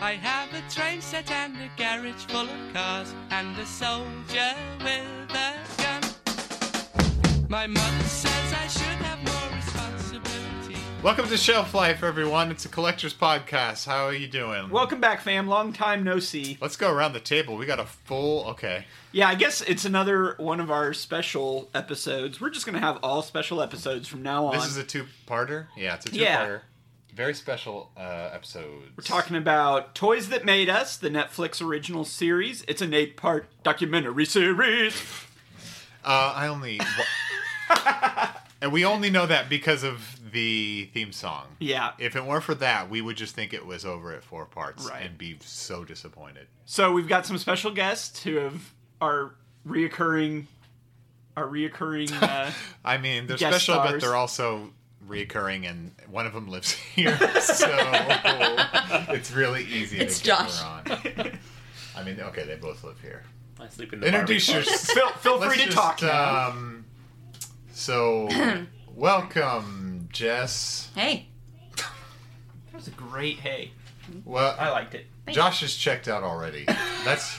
I have a train set and a garage full of cars and a soldier with a gun. My mother says I should have more responsibility. Welcome to Shelf Life, everyone. It's a collector's podcast. How are you doing? Welcome back, fam. Long time no see. Let's go around the table. We got a full. Okay. Yeah, I guess it's another one of our special episodes. We're just gonna have all special episodes from now on. This is a two-parter. Yeah, it's a two-parter. Yeah. Very special uh, episode. We're talking about Toys That Made Us, the Netflix original series. It's an eight-part documentary series. Uh, I only. and we only know that because of the theme song. Yeah. If it weren't for that, we would just think it was over at four parts Right. and be so disappointed. So we've got some special guests who have are reoccurring, are reoccurring. Uh, I mean, they're Guest special, but stars. they're also reoccurring, and one of them lives here, so it's really easy. It's to get her Josh. on. I mean, okay, they both live here. I sleep in the Introduce Barbie yourself. feel feel free Let's to just, talk. now. Um, so, welcome, Jess. Hey, that was a great hey. Well, I liked it. Josh has checked out already. That's.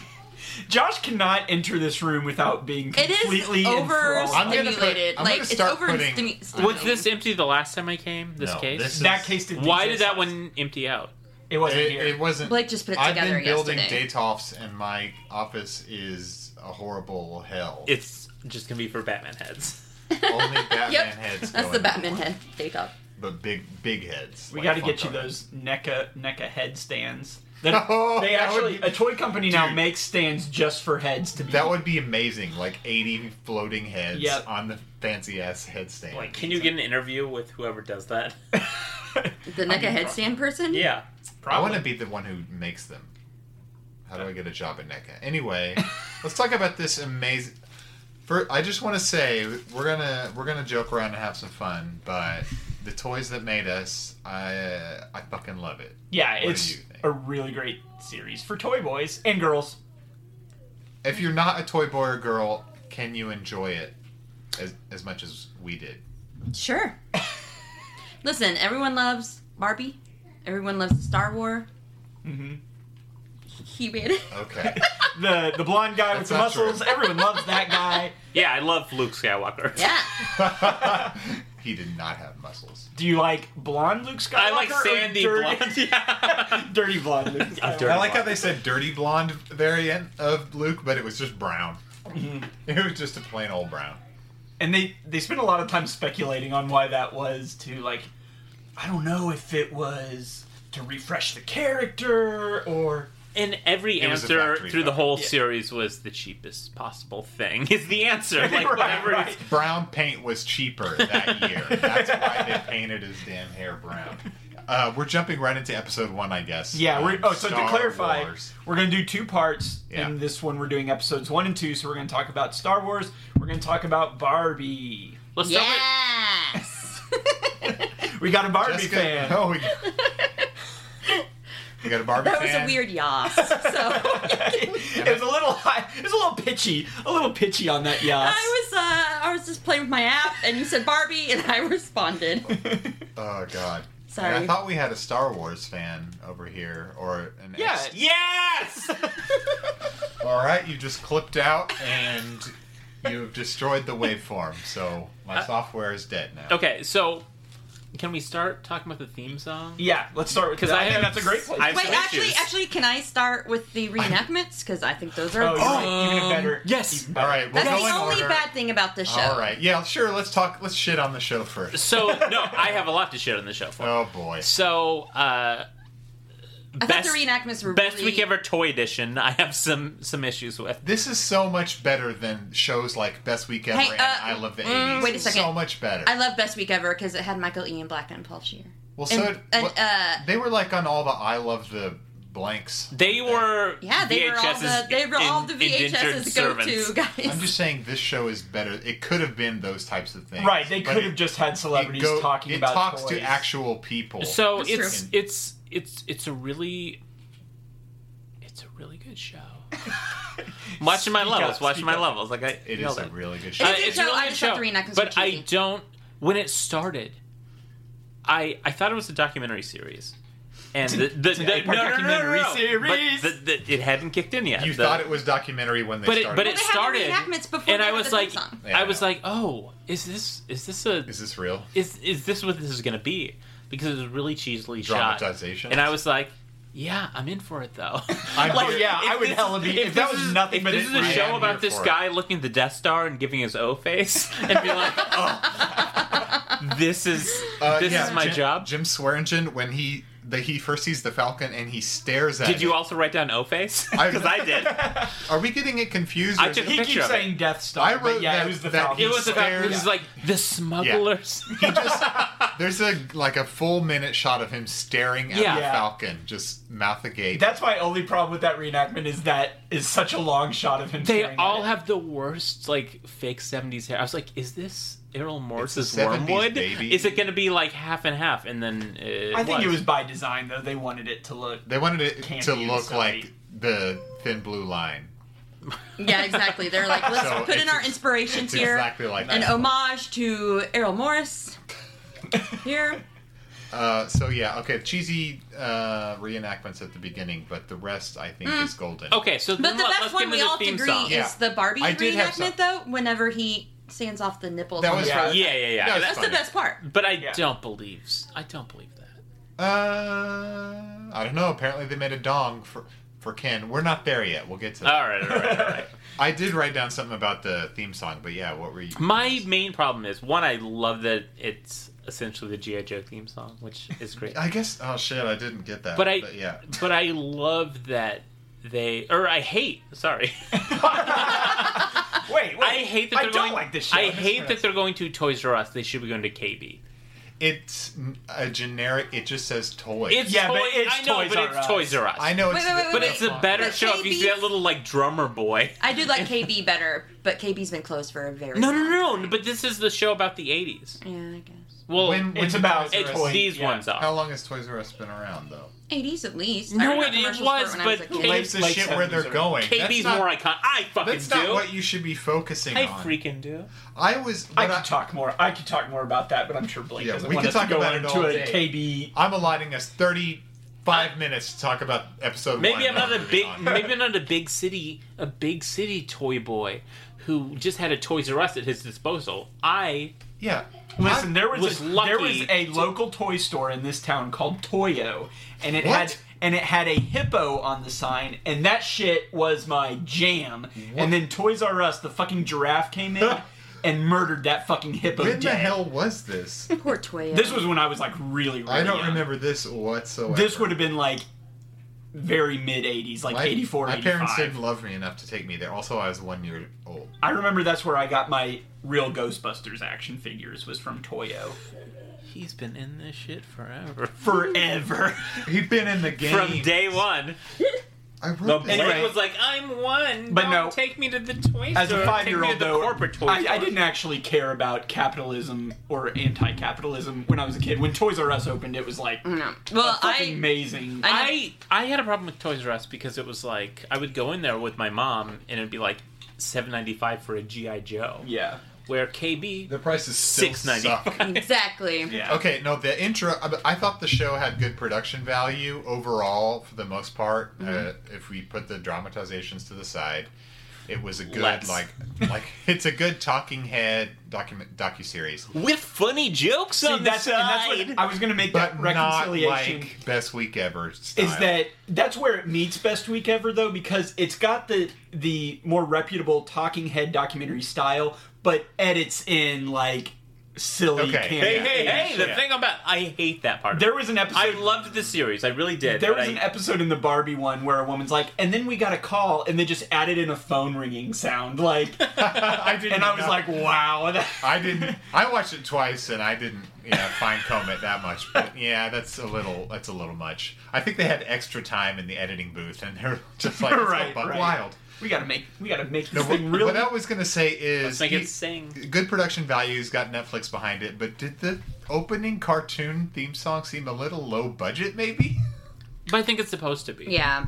Josh cannot enter this room without being it completely is I'm gonna enthralled. put- overstimulated. I'm Like gonna it's start over putting- car. Was this empty the last time I came? This no, case? This is, That case didn't. Why did exist. that one empty out? It wasn't It, here. it wasn't. Blake just put it I've together been building yesterday. datoffs, and my office is a horrible hell. It's just gonna be for Batman heads. Only Batman Yep, heads. that's go the in. Batman head day top. But big, big heads. We like got to get you Funko heads. those NECA NECA headstands. That, Oh, they that would actually be- a toy company now Dude. makes stands just for heads to be. That would be amazing. Like 80 floating heads Yep. on the fancy ass headstand. Like, can you get an interview with whoever does that? The NECA headstand person. yeah. I want to be the one who makes them. How do I get a job at NECA? Anyway, let's talk about this amazing. For, I just want to say we're gonna we're gonna joke around and have some fun, but the toys that made us, I uh, I fucking love it. yeah, do it's you think? a really great series for toy boys and girls. If you're not a toy boy or girl, can you enjoy it as as much as we did? Sure. Listen, everyone loves Barbie. Everyone loves Star Wars. Mm-hmm. Mhm. He made it. Okay. The the blonde guy That's with the not true. muscles. Everyone loves that guy. Yeah, I love Luke Skywalker. Yeah. he did not have muscles. Do you like blonde Luke Skywalker? I like or Sandy dirty, Blunt. Yeah. dirty blonde Luke. I'm Skywalker? dirty. I like how they said dirty blonde variant of Luke, but it was just brown. Mm-hmm. It was just a plain old brown. And they they spent a lot of time speculating on why that was to like I don't know if it was to refresh the character or And every It was a answer factory through the job. whole Yeah. series was the cheapest possible thing. Is the answer like Right, whatever? it is. right. Brown paint was cheaper that year. That's why they painted his damn hair brown. Uh, we're jumping right into episode one, I guess. Yeah, we're, Um, oh, so to Star clarify, Wars. we're going to do two parts, in Yeah. and this one we're doing episodes one and two. So we're going to talk about Star Wars. We're going to talk about Barbie. Let's start with- Yes. We got a Barbie Jessica, fan. Oh, we, we got a Barbie that was fan. a weird yas. So. it was a little high. It was a little pitchy. A little pitchy on that yas. I was uh, I was just playing with my app, and you said Barbie, and I responded. Oh God. Sorry. And I thought we had a Star Wars fan over here, or an Yeah. ex- yes. All right, you just clipped out and you've destroyed the waveform. So my software is dead now. Uh, okay, so can we start talking about the theme song? yeah. Let's start with 'Cause that. I I, think have- that's a great place. I- Wait, Some actually, issues. actually, can I start with the reenactments? Because I think those are. oh, you're right. even Um, better. yes. Even All better. right, we'll That's go the in only order. bad thing about the show. All right, yeah, sure. Let's talk. Let's shit on the show first. So no, I have a lot to shit on the show for. Oh boy. So uh, I best thought the reenactments were best really... week ever toy edition. I have some some issues with. This is so much better than shows like Best Week Ever Hey, and uh, I Love the mm, 80s. wait a second. So much better. I love best week ever because it had Michael Ian Black on Paul Shear. well, so And, it- and what- uh, they were like on all the I Love the blanks. They were yeah, they were all the VHS's they were all in- the indentured VHS's go-to servants. guys. I'm just saying this show is better. It could have been those types of things. Right. They but could it- have just had it celebrities go- talking it about talks to toys. actual people. So That's it's true. it's it's it's a really it's a really good show. watching my Speak levels, up, watching speak my up. levels. Like I it nailed is a really good show. It Uh, is a it's show, really I good just have show, to reenact this but with I cheesy. don't. When it started, I I thought it was a documentary series, and the, the, the, eight-part no, no, no, no, no, documentary but series. the- the- it hadn't kicked in yet. You The- thought it was documentary when they but it, started. but Well, it they had the started, reenactments before and they I had was the like, theme song. Yeah, I I was know. like, oh, is this is this a is this real? is is this what this is gonna be? Because it was really cheesily shot, Dramatization. and I was like, yeah, I'm in for it though. I'm Like, here- yeah, if I would this- hella be. If, that this was is- nothing if but this it- is a I show am about here this for it. guy looking at the Death Star and giving his O face and be like, oh, this is Uh, this yeah, is my Jim, job. Jim Swearingen, when he the he first sees the Falcon and he stares at. Did you it. also write down O face? I- Because I did. Are we getting it confused? I or is took- it- he picture keeps of it. saying Death Star. I but wrote yeah, that- who's the that Falcon? It was about. It stares- was like the smugglers. he just there's a like a full minute shot of him staring at Yeah. the Yeah. Falcon, just mouth agape. That's my only problem with that reenactment is that is such a long shot of him. They staring at all it. have the worst like fake seventies hair. I was like, is this Errol Morris's 70s, Wormwood? baby. Is it going to be like half and half? And then it I think it was by design though. They wanted it to look. they wanted it Can't to be look somebody. like the thin blue line. Yeah, exactly. They're like, let's So put in it's our ex- It's inspirations here. exactly like An that. homage to Errol Morris. Here. Uh, so yeah, okay, cheesy uh, reenactments at the beginning, but the rest I think Hmm. is golden. okay. So But then the let, best let's one get into we the all theme agree song. is Yeah. the Barbie I did have some- reenactment, though, whenever he sands off the nipples. That on was the Yeah. road. Yeah, yeah, yeah. No, That's funny. the best part. But I Yeah. don't believe. I don't believe that. Uh, I don't know. Apparently they made a dong for for Ken. We're not there yet. We'll get to that. All right, all right, all right. I did write down something about the theme song, but yeah, what were you? My main problem is one. I love that it's essentially the GI Joe theme song, which is great. I guess. Oh shit, I didn't get that. But I, yeah. but I love that they, or I hate. Sorry, Wait, wait. I hate that I they're don't going. like this show. I This hate that is- they're going to Toys R Us. They should be going to KB. It's n- a generic. It just says toy. It's Yeah, toy, but it's I know, Toys but R it's Us. Toys R Us. I know. Wait, It's wait, the- wait, but wait, it's a better But show if you see that KB's little like drummer boy. I do like KB better, but KB's been closed for a very No, long no, no. But this is the show about the '80s. Yeah, I guess. Well, When- It's when about did it's Toys R Us- toy- these yeah. ones How are. long has Toys R Us been around though? 80s at least. No, I it- it remember commercials was, for it when I but a kid. Late- Lives the late shit where they're 70s. going. KB's that's not, more iconic. I fucking That's not do. what you should be focusing I on. freaking do. I was. I But I could talk more. I could talk more about that, but I'm sure Blake Yeah, doesn't we want could us talk to go about it into all a day. KB. I'm allotting us 35 minutes to talk about episode. Maybe one, I'm not a moving big. on. Maybe I'm not a big city. A big city toy boy who just had a Toys R Us at his disposal. I Yeah. Listen, there was, was a, lucky there was a to- local toy store in this town called Toyo, and it What? had and it had a hippo on the sign, and that shit was my jam. And then Toys R Us, the fucking giraffe came in and murdered that fucking hippo. When the dead. hell was this? Poor Toya. This was when I was like really. really I don't young. remember this whatsoever. This would have been like very mid '80s, like My- '84, My parents didn't '85. love me enough to take me there. Also, I was one year old. I remember that's where I got my real Ghostbusters action figures was from Toyo he's been in this shit forever forever. He'd been in the game from day one. I wrote The this. blade Anyway. was like, "I'm one, But don't no. take me to the toy As store, a take me to five-year-old, the though, corporate toy I, store." I didn't actually care about capitalism or anti-capitalism when I was a kid. When Toys R Us opened, it was like No. Well, fucking Mm, I. amazing. I- I I had a problem with Toys R Us because it was like I would go in there with my mom and it'd be like seven ninety five for a GI Joe, yeah, where KB The price is still six ninety suck. five. Exactly. yeah. Okay, no, the intro. I- I thought the show had good production value overall, for the most part. Mm-hmm. Uh, if we put the dramatizations to the side, it was a good Let's. like like it's a good talking head document docu series, with funny jokes See, on that's, the and that's side. what I was gonna make but that not reconciliation. like best week ever. Style. is that that's where it meets best week ever though because it's got the the more reputable talking head documentary style but edits in like silly Okay. camp- hey, Yeah. hey, yeah. hey! The Yeah. thing about I hate that part. of there was an it. I episode loved the series. I really did. there but was I- an episode in the Barbie one where a woman's like, and then we got a call, and they just added in a phone ringing sound, like, I didn't. and I was know. like, wow, that, I didn't. I watched it twice, and I didn't, yeah, fine comb it that much. But yeah, that's a little. That's a little much. I think they had extra time in the editing booth, and they're just like, right, Right, right. wild. we gotta make, we gotta make No, this what, thing really. what I was gonna say is, Like he- it's saying, good production values got Netflix behind it, but did the opening cartoon theme song seem a little low budget? Maybe. but I think it's supposed to be. Yeah.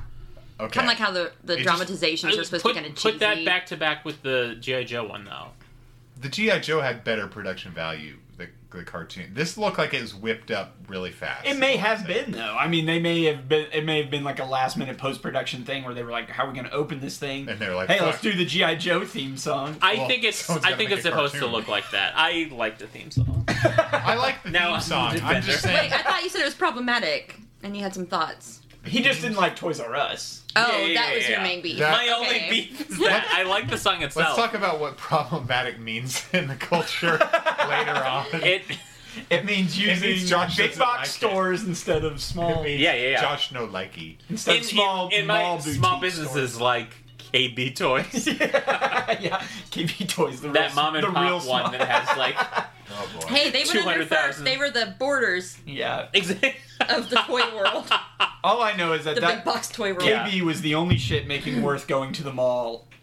Okay. Kind of like how the, the just- dramatizations are Put, supposed to be kind of cheesy. put that back to back with the GI Joe one though. the GI Joe had better production value. The the cartoon. This looked like it was whipped up really fast. It may have been though. I mean, they may have been. It may have been like a last minute post production thing where they were like, "How are we going to open this thing?" And they were like, "Hey, let's "Fuck." do the GI Joe theme song." I Well, think it's someone's I gotta think make it's a supposed to cartoon. look like that. I like the theme song. I like the Now I'm theme song. I'm defender. just saying. Wait, I thought you said it was problematic, and you had some thoughts. he just didn't like Toys R Us. Oh, Yeah, yeah, that was yeah, your yeah. main beef. That- My Okay. only beef is that I like the song Let's itself. talk about what problematic means in the culture later on. it It means using Josh big doesn't box like it. stores instead of small means Yeah, yeah, yeah. Josh no likey. instead in, of small in, in my mall small boutique businesses stores. like KB Toys. yeah, KB Toys, the That real, mom and the real pop small- one that has like Oh boy. Hey, they were in there first. 200,000. They were the borders yeah. exactly of the toy world, All I know is that the big that box toy world. Yeah. KB was the only shit making worth going to the mall.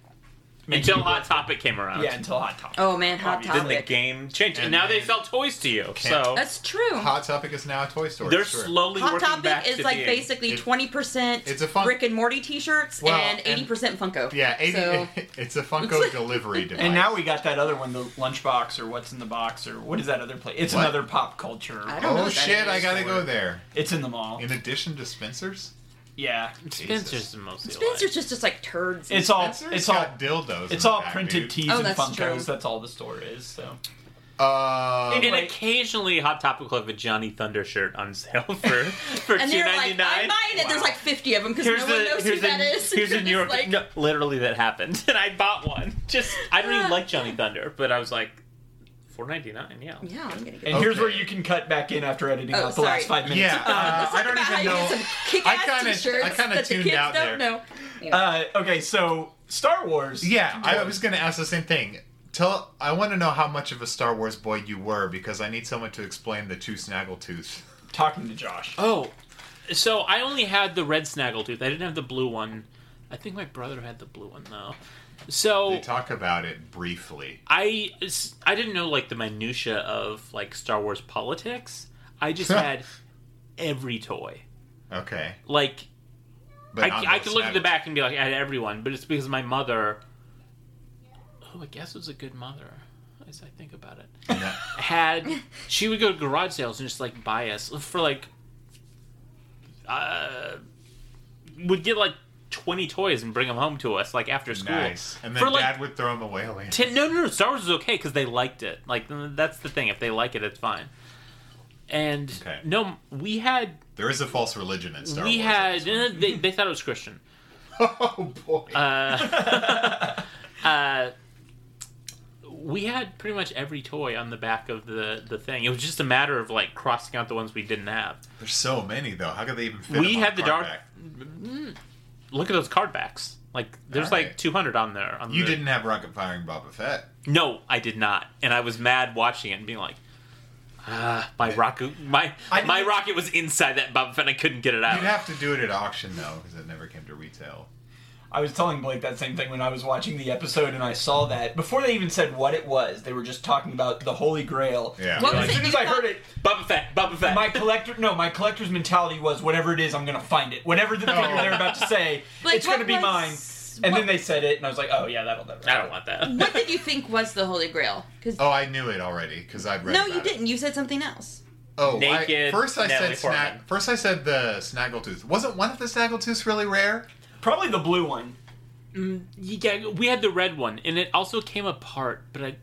until Making Hot Topic came around. worth- Yeah, until Hot Topic. Oh man, hot then the topic. game changed, and, And now they then- sell toys to you. So That's true. Hot Topic is now a toy store. they're it's true. slowly Hot working back Topic is to like being- basically It- twenty percent It's a fun- Rick and Morty T-shirts Well, and and- eighty percent Funko. Yeah, 80, So, it's a Funko delivery device. And now we got that other one, the lunchbox or what's in the box or what is that other place? It's What? another pop culture. I don't know Oh what that shit! I is. gotta go there. It's in the mall. In addition to Spencer's, Yeah. Spencer's mostly Spencer's just just like turds. It's all Spencer's it's all got dildos. in it's the all back, printed dude. tees Oh, and that's Funkos. true. That's all the store is. So Uh, alive. And like- occasionally, Hot Topic will have a Johnny Thunder shirt on sale for for and two they're ninety like, nine. I'm buying it. There's like fifty of them because Here's no one the knows who here's that is. a, here's a It's New York. like- no, literally, that happened, and I bought one. Just I don't even like Johnny Thunder, but I was like, four ninety nine. Yeah. Yeah, I'm gonna go. and here's Okay. where you can cut back in after editing Oh, out the last sorry. five minutes. yeah, uh, Let's I talk don't about how even you get know. some I kick-ass kinda- I T-shirts kinda that the tuned kids out don't there. know. Yeah. Uh, okay, so Star Wars. Yeah, I was gonna ask the same thing. Tell, I want to know how much of a Star Wars boy you were because I need someone to explain the two snaggletooths. talking to Josh. Oh, so I only had the red snaggletooth. I didn't have the blue one. I think my brother had the blue one though. So Oh. They talk about it briefly. I s- I didn't know like the minutia of like Star Wars politics. I just had every toy. Okay, Like but not I, I those could look at the snaggletooths. back and be like, I had everyone, but it's because my mother, who I guess was a good mother, as I think about it, No. had she would go to garage sales and just like buy us for like uh would get like 20 toys and bring them home to us like after school Nice. And then for like Dad would throw him away later. 10 no no no star wars is okay because they liked it like th- that's the thing if they like it it's fine and Okay. no we had There is a false religion in Star we Wars. had uh, they, they thought it was christian oh boy. uh, we had pretty much every toy on the back of the, the thing. It was just a matter of like crossing out the ones we didn't have. There's so many though. How could they even fit? we them on had the a card dark. back? Mm, Look at those card backs. Like there's Alright. like 200 on there. On You the- didn't have rocket firing Boba Fett. No, I did not, and I was mad watching it and being like. Ah, my rocket, my I my didn't- rocket was inside that Boba Fett. and I couldn't get it out. You'd have to do it at auction though, because it never came to retail. I was telling Blake that same thing when I was watching the episode and I saw that before they even said what it was, they were just talking about the Holy Grail. Yeah. What As was it soon you as I heard thought- it, Boba Fett, Boba Fett. my collector no, my collector's mentality was whatever it is, I'm gonna find it. Whatever the thing they're about to say, Like, it's gonna what be was- mine. And what- then they said it, and I was like, oh yeah, that'll never. I don't want that. what did you think was the Holy Grail? 'Cause- Oh, I knew it already because I'd read. no, about you it. didn't. You said something else. Oh, Naked I, first I Natalie said snag, Portman. first I said the snaggletooth. Wasn't one of the snaggletooths really rare? Probably the blue one. Yeah, we had the red one, and it also came apart. But I,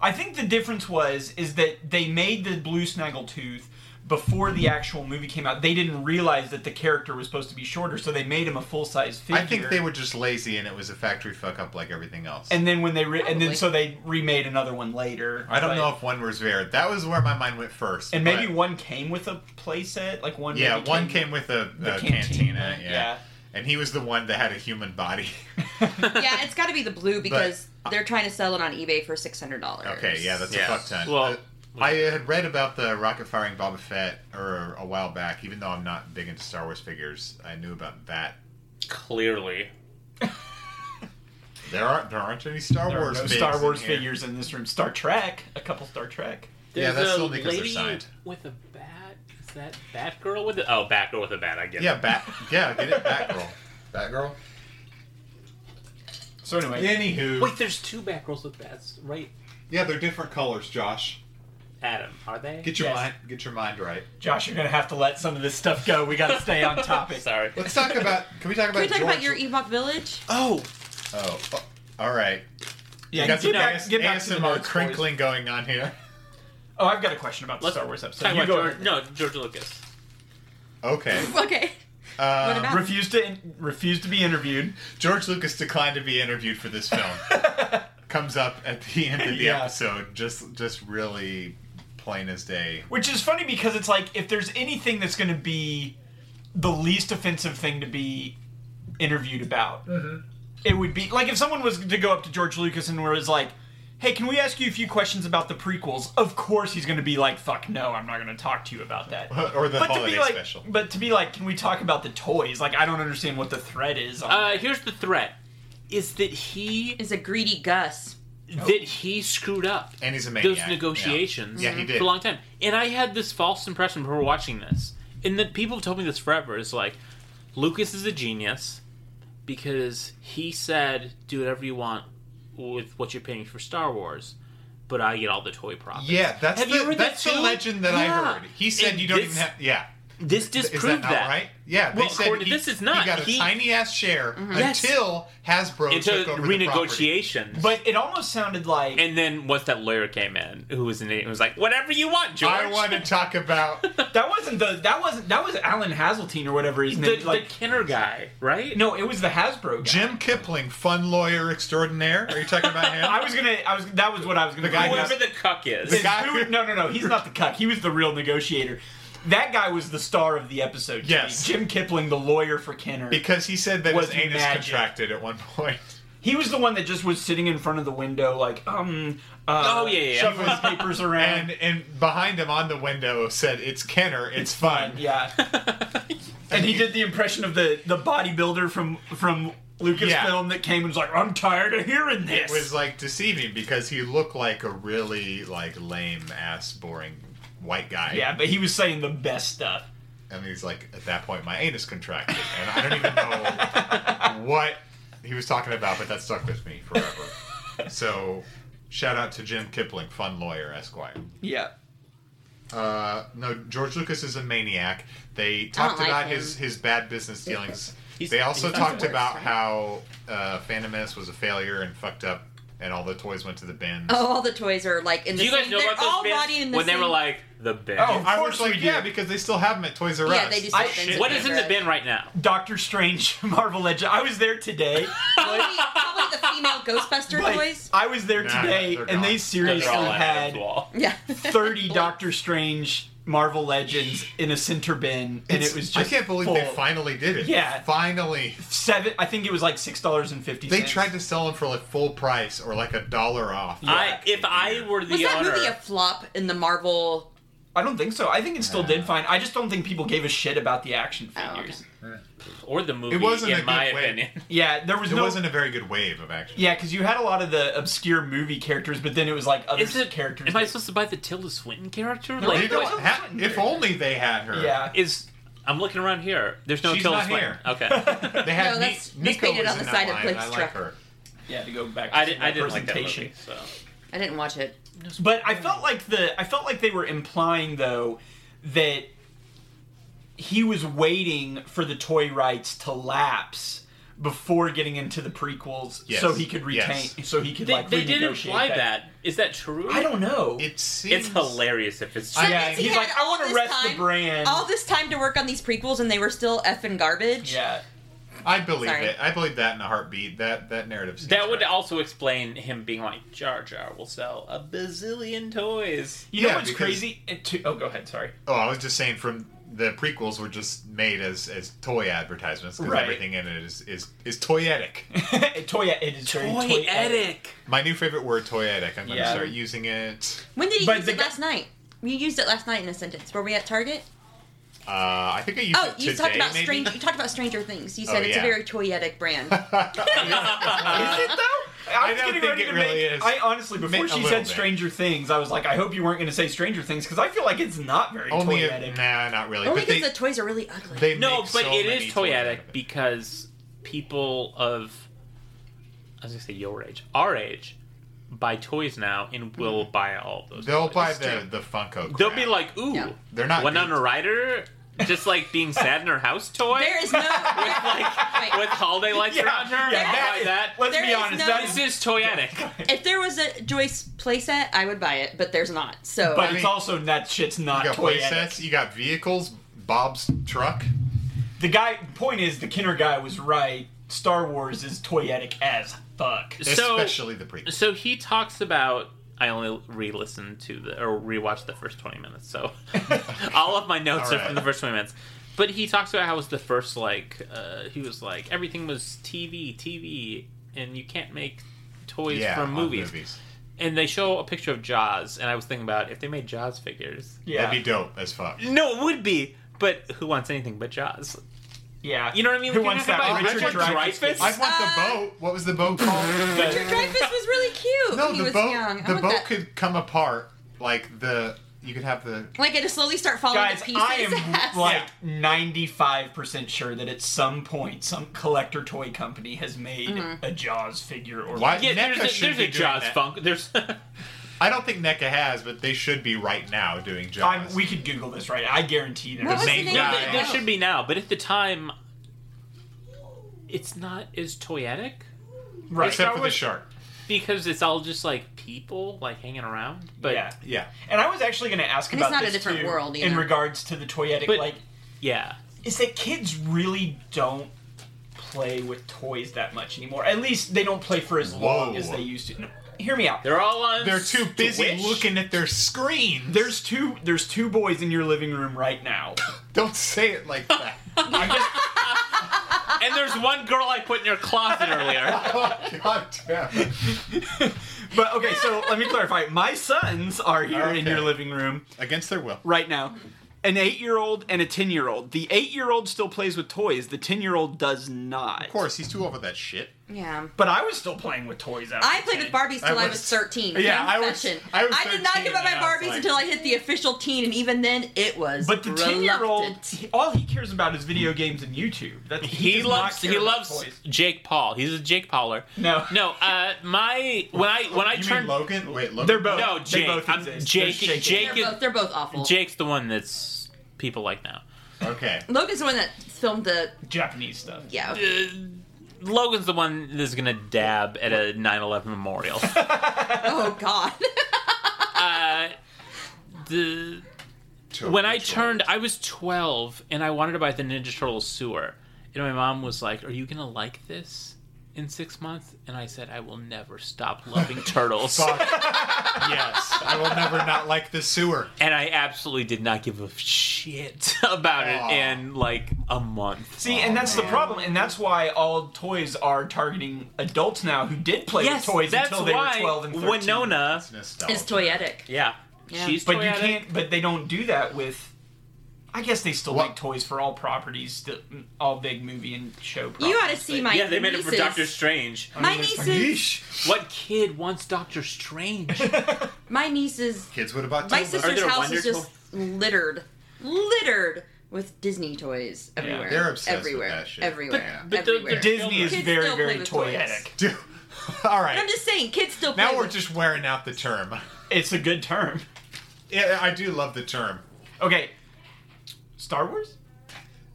I think the difference was is that they made the blue snaggletooth before the actual movie came out. They didn't realize that the character was supposed to be shorter, so they made him a full size figure. I think they were just lazy and it was a factory fuck up like everything else. And then when they re- and then Probably. so they remade another one later. I don't but- know if one was rare. That was where my mind went first. And maybe but- one came with a playset, like one. yeah, maybe one came with a, the a cantina, cantina. yeah. Yeah. and he was the one that had a human body. yeah, it's got to be the blue because they're trying to sell it on eBay for six hundred dollars. okay, yeah, that's Yeah. a fuck ton. Well- Uh, I had read about the rocket firing Boba Fett or a while back. Even though I'm not big into Star Wars figures, I knew about that. clearly, There aren't there aren't any Star There are Wars no figs Star in Wars here. figures in this room. Star Trek, a couple Star Trek. Yeah, There's that's a only because they're lady signed. With a bat? Is that Batgirl with a oh Batgirl with a bat? I get Yeah, it. bat. Yeah, get it, Batgirl. Batgirl. So anyway, Anywho, Wait, there's two Batgirls with bats, right? yeah, they're different colors, Josh. Adam, are they? Get your Yes. mind get your mind right. Josh, you're gonna have to let some of this stuff go. We gotta stay on topic. Sorry. Let's talk about. Can we talk Can we about? talk George? about your e- Ewok village? Oh, Oh, oh, all right. Yeah, we got some get back, AS- get back to the ASMR nerds, boys. crinkling going on here. Oh, I've got a question about the Let's Star Wars episode. talk You about go. George, no George Lucas. Okay. Okay. Um, What about- Refused to in- refused to be interviewed. George Lucas declined to be interviewed for this film. Comes up at the end of the Yeah. episode, just just really plain as day. Which is funny because it's like if there's anything that's going to be the least offensive thing to be interviewed about, it would be like if someone was to go up to George Lucas and was like, "Hey, can we ask you a few questions about the prequels?" Of course, he's going to be like, "Fuck no, I'm not going to talk to you about that." Or the but to holiday be like, special. but to be like, can we talk about the toys? Like, I don't understand what the threat is. On Uh, here's the threat: is that he Is a greedy Gus. that he screwed up And he's a maniac. those negotiations Yeah, Yeah, he did. for a long time. And I had this false impression before watching this, and that people have told me this forever. It's like Lucas is a genius because he said, "Do whatever you want with what you're paying for Star Wars." But I get all the toy profits. Yeah, that's Have the, you heard that's that the too? legend that Yeah. I heard. He said And you don't this- even have. Yeah. This Is that disproved not that. right? Yeah, they Well, said according he, to this, it's not. He got a He- Mm-hmm. tiny ass share Yes. until Hasbro Into took over the property. renegotiations. but it almost sounded like and then once that lawyer came in, who was an idiot, was like, "Whatever you want, George." I want to talk about. that wasn't the that wasn't that was Alan Hazeltine or whatever his the, name. like, the Kenner guy, right? no, it was the Hasbro guy. Jim Kipling, fun lawyer extraordinaire. Are you talking about him? I was gonna. I was. That was what I was gonna. The guy bring whoever up. the cuck is. The guy- Who- no, no, no. He's not the cuck. He was the real negotiator. That guy was the star of the episode. to Yes. me. Jim Kipling, the lawyer for Kenner. because he said that Was his anus magic. contracted at one point. He was the one that just was sitting in front of the window, like, um, uh, Oh, yeah, yeah, yeah. shuffling his papers And around. and behind him on the window said, "It's Kenner. It's, fun." yeah, and he did the impression of the the bodybuilder from from Lucasfilm Yeah. that came and was like, "I'm tired of hearing this." It was like deceiving because he looked like a really like lame ass boring white guy. yeah, but he was saying the best stuff. And he's like, at that point, my anus contracted, and I don't even know what he was talking about, but that stuck with me forever. So, shout out to Jim Kipling, fun lawyer, Esquire. Yeah. Uh, no, George Lucas is a maniac. They talked like about him. his his bad business dealings. He's- they also he's talked the worst, about right? how uh, Phantom Menace was a failure and fucked up, and all the toys went to the bin. Oh, all the toys are like in Do the you same. guys know they're about those all bits body in the when same. they were like the bin? Oh, I course was like, we yeah, do. because they still have them at Toys R Us. Yeah, they just Oh, have shit, bins what in is there. in the bin right now? Doctor Strange, Marvel Legend. I was there today. Probably, probably the female Ghostbuster Like, toys. I was there Nah, today, they're and gone. they seriously They're all on had Adam's wall. Yeah. 30 Doctor Strange Marvel Legends in a center bin, and It's- it was just. I can't believe full. they finally did it. Yeah. finally. Seven, I think it was like $6.50. They tried to sell them for like full price or like a dollar off. I, if I were the Was that owner, movie a flop in the Marvel? I don't think so. I think it still did fine. I just don't think people gave a shit about the action Oh, okay. figures. or the movie, It wasn't a in good my way. opinion, Yeah, there was There no. wasn't a very good wave of action. yeah, because you had a lot of the obscure movie characters, but then it was like other is it characters. Am I that- supposed to buy the Tilda Swinton character? They like, there don't what- was- ha- if only they had her. yeah. is I'm looking around here. There's no She's Tilda not Swinton. here. Okay. They had No, Ni- that's- that's Nico painted was in on the that side of line, and I Blake's like truck. her. yeah, to go back to I didn't. some I of the didn't like that presentation. movie. So I didn't watch it. But I felt like the I felt like they were implying though that he was waiting for the toy rights to lapse before getting into the prequels, Yes. so he could retain, Yes. so he could they, like they did renegotiate imply that. Is that true? I don't know. It seems It's hilarious if it's true. I- yeah, means he's he had like, I all want to this rest the time- brand. All this time to work on these prequels, and they were still effing garbage. yeah, I believe Sorry. it. I believe that in a heartbeat. That that narrative. Seems That would right. also explain him being like Jar Jar will sell a bazillion toys. you know Yeah, what's because- crazy? It to, oh, go ahead. Sorry. Oh, I was just saying from the prequels were just made as as toy advertisements because Right. everything in it is is is toyetic. toy, e-, it is very toy My new favorite word, toyetic. I'm going to Yeah. start using it. When did you But use the it guy- last night? You used it last night in a sentence. Were we at Target? Uh, I think I used Oh, it you today. talked about maybe? stranger. You talked about Stranger Things. You Oh, said it's yeah. a very toyetic brand. Is it though? I I was don't getting think ready it to really make. is. I honestly, before a she little said bit. Stranger Things, I was like, I hope you weren't going to say Stranger Things because I feel like it's not very Only a, toyetic. nah, not really. Only but they, because the toys are really ugly. they No, make but so it many is toys out toyetic of it. because people of I was gonna say your age, our age, buy toys now and will Mm-hmm. buy all those. They'll toys. buy the, the Funko. They'll crap. be like, ooh, No. They're not Winona good. Ryder, just like being sad in her house toy There is no. Wait. with holiday lights Yeah, around her. yeah, I'll that buy is- that. Let's There be is honest. no- that This is is toyetic. if there was a Joyce playset, I would buy it, but there's not. So But I it's mean, also that shit's not You got toy play edit. sets. You got vehicles. Bob's truck. The guy point is the Kinner guy was right. Star Wars is toyetic as fuck. So- Especially the prequel. So he talks about. I only re-listened to the or rewatched the first twenty minutes, so all of my notes All are right. from the first twenty minutes. But he talks about how it was the first like uh, he was like everything was TV, TV, and you can't make toys Yeah, from on movies. And they show a picture of Jaws, and I was thinking about if they made Jaws figures. Yeah, That'd be dope as fuck. No, it would be, but who wants anything but Jaws? yeah. You know what I mean? Who Like, you're wants not that? gonna buy Richard Dreyfuss? I want Uh, the boat. What was the boat called? Richard Dreyfuss was really cute. no, when he the was boat. young. I The want boat that. could come apart. Like the you could have the Like I just slowly start falling Guys, to pieces. I am like ninety-five percent sure that at some point, some collector toy company has made Mm-hmm. a Jaws figure or why Yeah, NECA there's a, should there's be a doing Jaws that. funk. There's I don't think NECA has, but they should be right now doing Jaws. I'm, we could Google this, right? I guarantee What there's was the main name No, of guy. there, the there boat? should be now, but at the time, it's not as toyetic right. Except Star for the Wars- shark. because it's all just like people like hanging around. But yeah. yeah, Yeah. And I was actually going to ask And it's about not a this, different too, world in either. regards to the toyetic. But- like, is that kids really don't play with toys that much anymore. At least they don't play for as long Whoa. as they used to. No, hear me out. they're all on. They're too busy Switch? looking at their screens. There's two. There's two boys in your living room right now. Don't say it like that. I'm just. and there's one girl I put in your closet earlier. oh, God damn. it. But okay, so let me clarify. My sons are here in Okay. your living room Against their will. right now. An eight-year-old and a ten-year-old. The eight-year-old still plays with toys. The ten-year-old does not. Of course, he's too old for that shit. Yeah. But I was still playing with toys. After I played with 10. Barbies till I I was- was 13. Yeah, I was- Confession. I was did not 13 give up my and I was Barbies like- until I hit the official teen, and even then, it was. But the ten-year-old, reluctant. all he cares about is video games and YouTube. That's He, does not loves care he about loves toys. Jake Paul. He's a Jake Pauler. No. no. Uh, my when I when I you turned mean Logan? Wait, Logan. They're both. no They Jake both I'm, exist. Jake They're shaking. Jake They're is, both, they're both awful. Jake's the one that's people like now. Okay. Logan's the one that filmed the. Japanese stuff. Yeah. okay. Uh, Logan's the one that's gonna dab at a 9/11 memorial. Oh, God. uh, the when I turned, I was 12, and I wanted to buy the Ninja Turtle sewer, and my mom was like, "Are you gonna like this?" In six months, and I said, I will never stop loving turtles. Oh, Fuck. yes. I will never not like the sewer. and I absolutely did not give a shit about Aw. it in like a month. See, and Oh, that's the problem, and that's why all toys are targeting adults now who did play Yes, with toys that's until they why were twelve and thirteen. Winona, Nostalgia. It's toyetic. yeah, Yeah. she's but you toyetic. can't. But they don't do that with. I guess they still What? make toys for all properties, the- all big movie and show. Properties, You ought to see but- my Yeah, they made it for nieces. Doctor Strange. My Yeesh. nieces, What kid wants Doctor Strange? my nieces, Kids would have bought my Tilda. Are sister's there house Wonder is just littered, littered with Disney toys everywhere. they're obsessed with everywhere, that shit. everywhere, But- but the- the everywhere. Dis- Disney is Kids very, still play very with toys. toyetic. Dude. All right. I'm just saying, kids still play. now we're with- just wearing out the term. It's a good term. Yeah, I do love the term. Okay, Star Wars.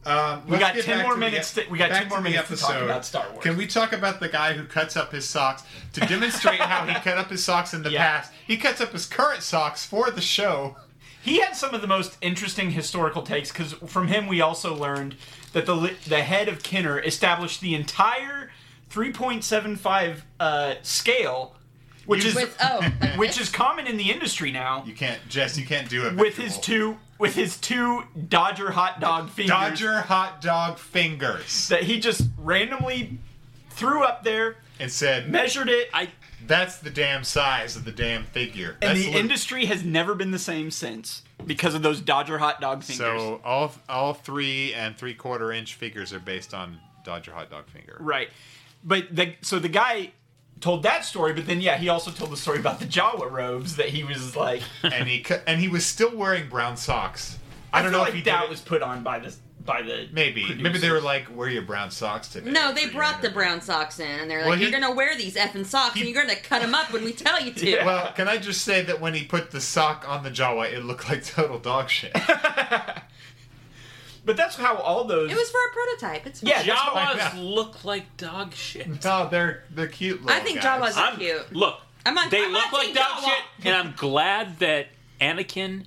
Um, We let's got get 10 back more to minutes The, to- we got back 10 more to the minutes to talk episode. about Star Wars. Can we talk about the guy who cuts up his socks to demonstrate how he cut up his socks in the Yeah. past? He cuts up his current socks for the show. He had some of the most interesting historical takes because from him we also learned that the li- the head of Kinner established the entire 3.75 uh, scale, which is with oh, which is common in the industry now. You can't, Jess. You can't do it With his two with his two Dodger hot dog fingers Dodger hot dog fingers that he just randomly threw up there, and said, measured it, I "That's the damn size of the damn figure." and That's the lit- industry has never been the same since because of those Dodger hot dog fingers. So all all three and three quarter inch figures are based on Dodger hot dog finger. Right. But the so the guy told that story, but then yeah, he also told the story about the Jawa robes that he was like and he cu- and he was still wearing brown socks. I, I don't feel know like if he that did it- was put on by this by the Maybe. Maybe producers. they were like, wear your brown socks today. No, they for your brought the interview. brown socks in, and they're like, Well, "You're he- gonna wear these effing socks, he- and you're gonna cut them up when we tell you to." Yeah. Well, can I just say that when he put the sock on the Jawa, it looked like total dog shit. But that's how all those. It was for a prototype. It's fine. Yeah, that's what I Jawas know. look like dog shit. no, they're they're cute. Little I think guys. Jawas- I'm cute. look. I'm on- they I'm look on like Team dog Jawa. shit, and I'm glad that Anakin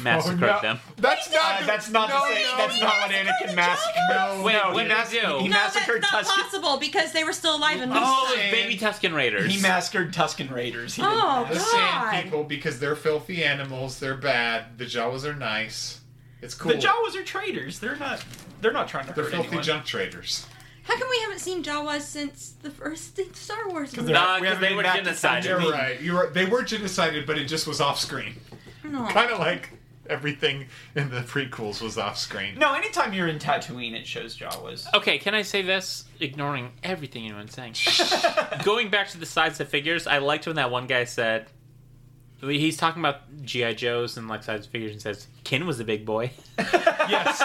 massacred Oh, Oh, no. them. That's not. Uh, that's not no, the same. no, that's no. not what Anakin massacred. No, Wait, no, what he did he mas- do? He No, no, that's massacred not Tusken. possible because they were still alive and. Oh, those saying- baby Tusken Raiders. He massacred Tusken Raiders. He didn't Oh, massacre- the God. same people because they're filthy animals. They're bad. The Jawas are nice. It's cool. The Jawas are traitors. They're not. They're not trying to They're hurt filthy anyone. junk traders. How come we haven't seen Jawas since the first Star Wars? Movie? they're- Nah, we 'cause haven't they been were back to genocided. You're Sanjay. right. You were, they were genocided, but it just was off screen. No. Kind of like everything in the prequels was off screen. No, anytime you're in Tatooine, it shows Jawas. Okay, can I say this? Ignoring everything anyone's saying. Going back to the size of figures, I liked when that one guy said he's talking about GI Joes and like size of figures and says Kin was the big boy. Yes,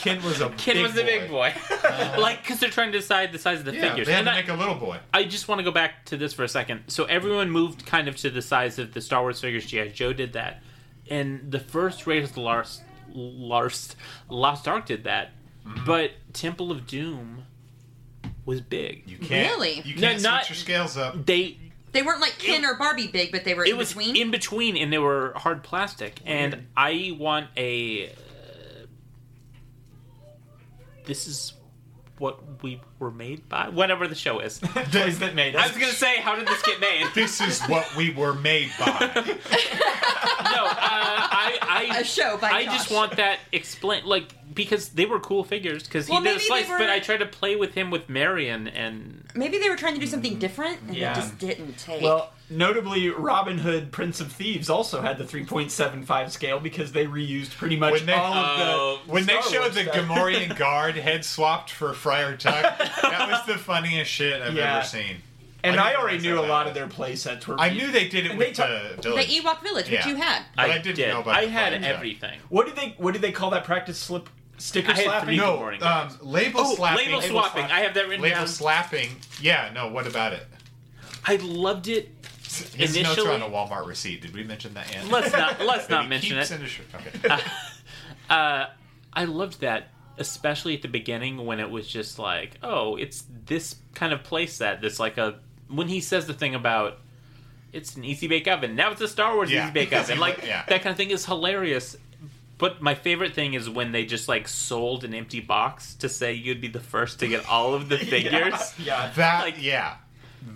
Kin was a Kin big was the big boy. like because they're trying to decide the size of the Uh, Yeah, figures. they had And to I- make a little boy. I just want to go back to this for a second. So everyone moved kind of to the size of the Star Wars figures. GI Joe did that, and the first Raiders of the Lost Lost Lost Ark did that, Mm-hmm. but Temple of Doom was big. You can't. Really? You No, can't not- switch your scales up. They They weren't like Ken or Barbie big, but they were it in was between. in between, and they were hard plastic. And I want a. Uh, this is what we were made by. Whatever the show is, Toys that made I us. was gonna say, how did this get made? This is what we were made by. no, uh, I, I, A show by I Josh. just want that explained, like because they were cool figures. Because he Well, did a maybe they slice, were- but I tried to play with him with Marion, and Maybe they were trying to do something different, and Yeah. it just didn't take. Well, notably, Robin Hood, Prince of Thieves, also had the 3.75 scale because they reused pretty much When they- all Uh, Oh, of the. Oh, When they Star showed Wars the stuff. Gamorrean guard head swapped for Friar Tuck, that was the funniest shit I've Yeah. ever seen. and I I, didn't already realize knew how a bad lot it of their play sets were. I knew they did it And they with talk- the the E- village. Ewok village, Yeah. which you had. But I didn't know about I the had Friar Tuck. everything. What did they? What did they call that practice slip sticker I had slapping? three- No, No, Gamorrean um, guards. label Oh, slapping. label swapping. I have that written label down. slapping. Yeah, no. What about it? I loved it. His notes Initially- are on a Walmart receipt. Did we mention that? Yet? Let's not let's That not he mention keeps it. in his shirt. Okay. I loved that, especially at the beginning when it was just like, oh, it's this kind of playset. That's like a when he says the thing about it's an easy bake oven. Now it's a Star Wars Yeah. easy bake oven. Like Yeah. that kind of thing is hilarious. But my favorite thing is when they just like sold an empty box to say you'd be the first to get all of the figures. Yeah, yeah. That Like- yeah,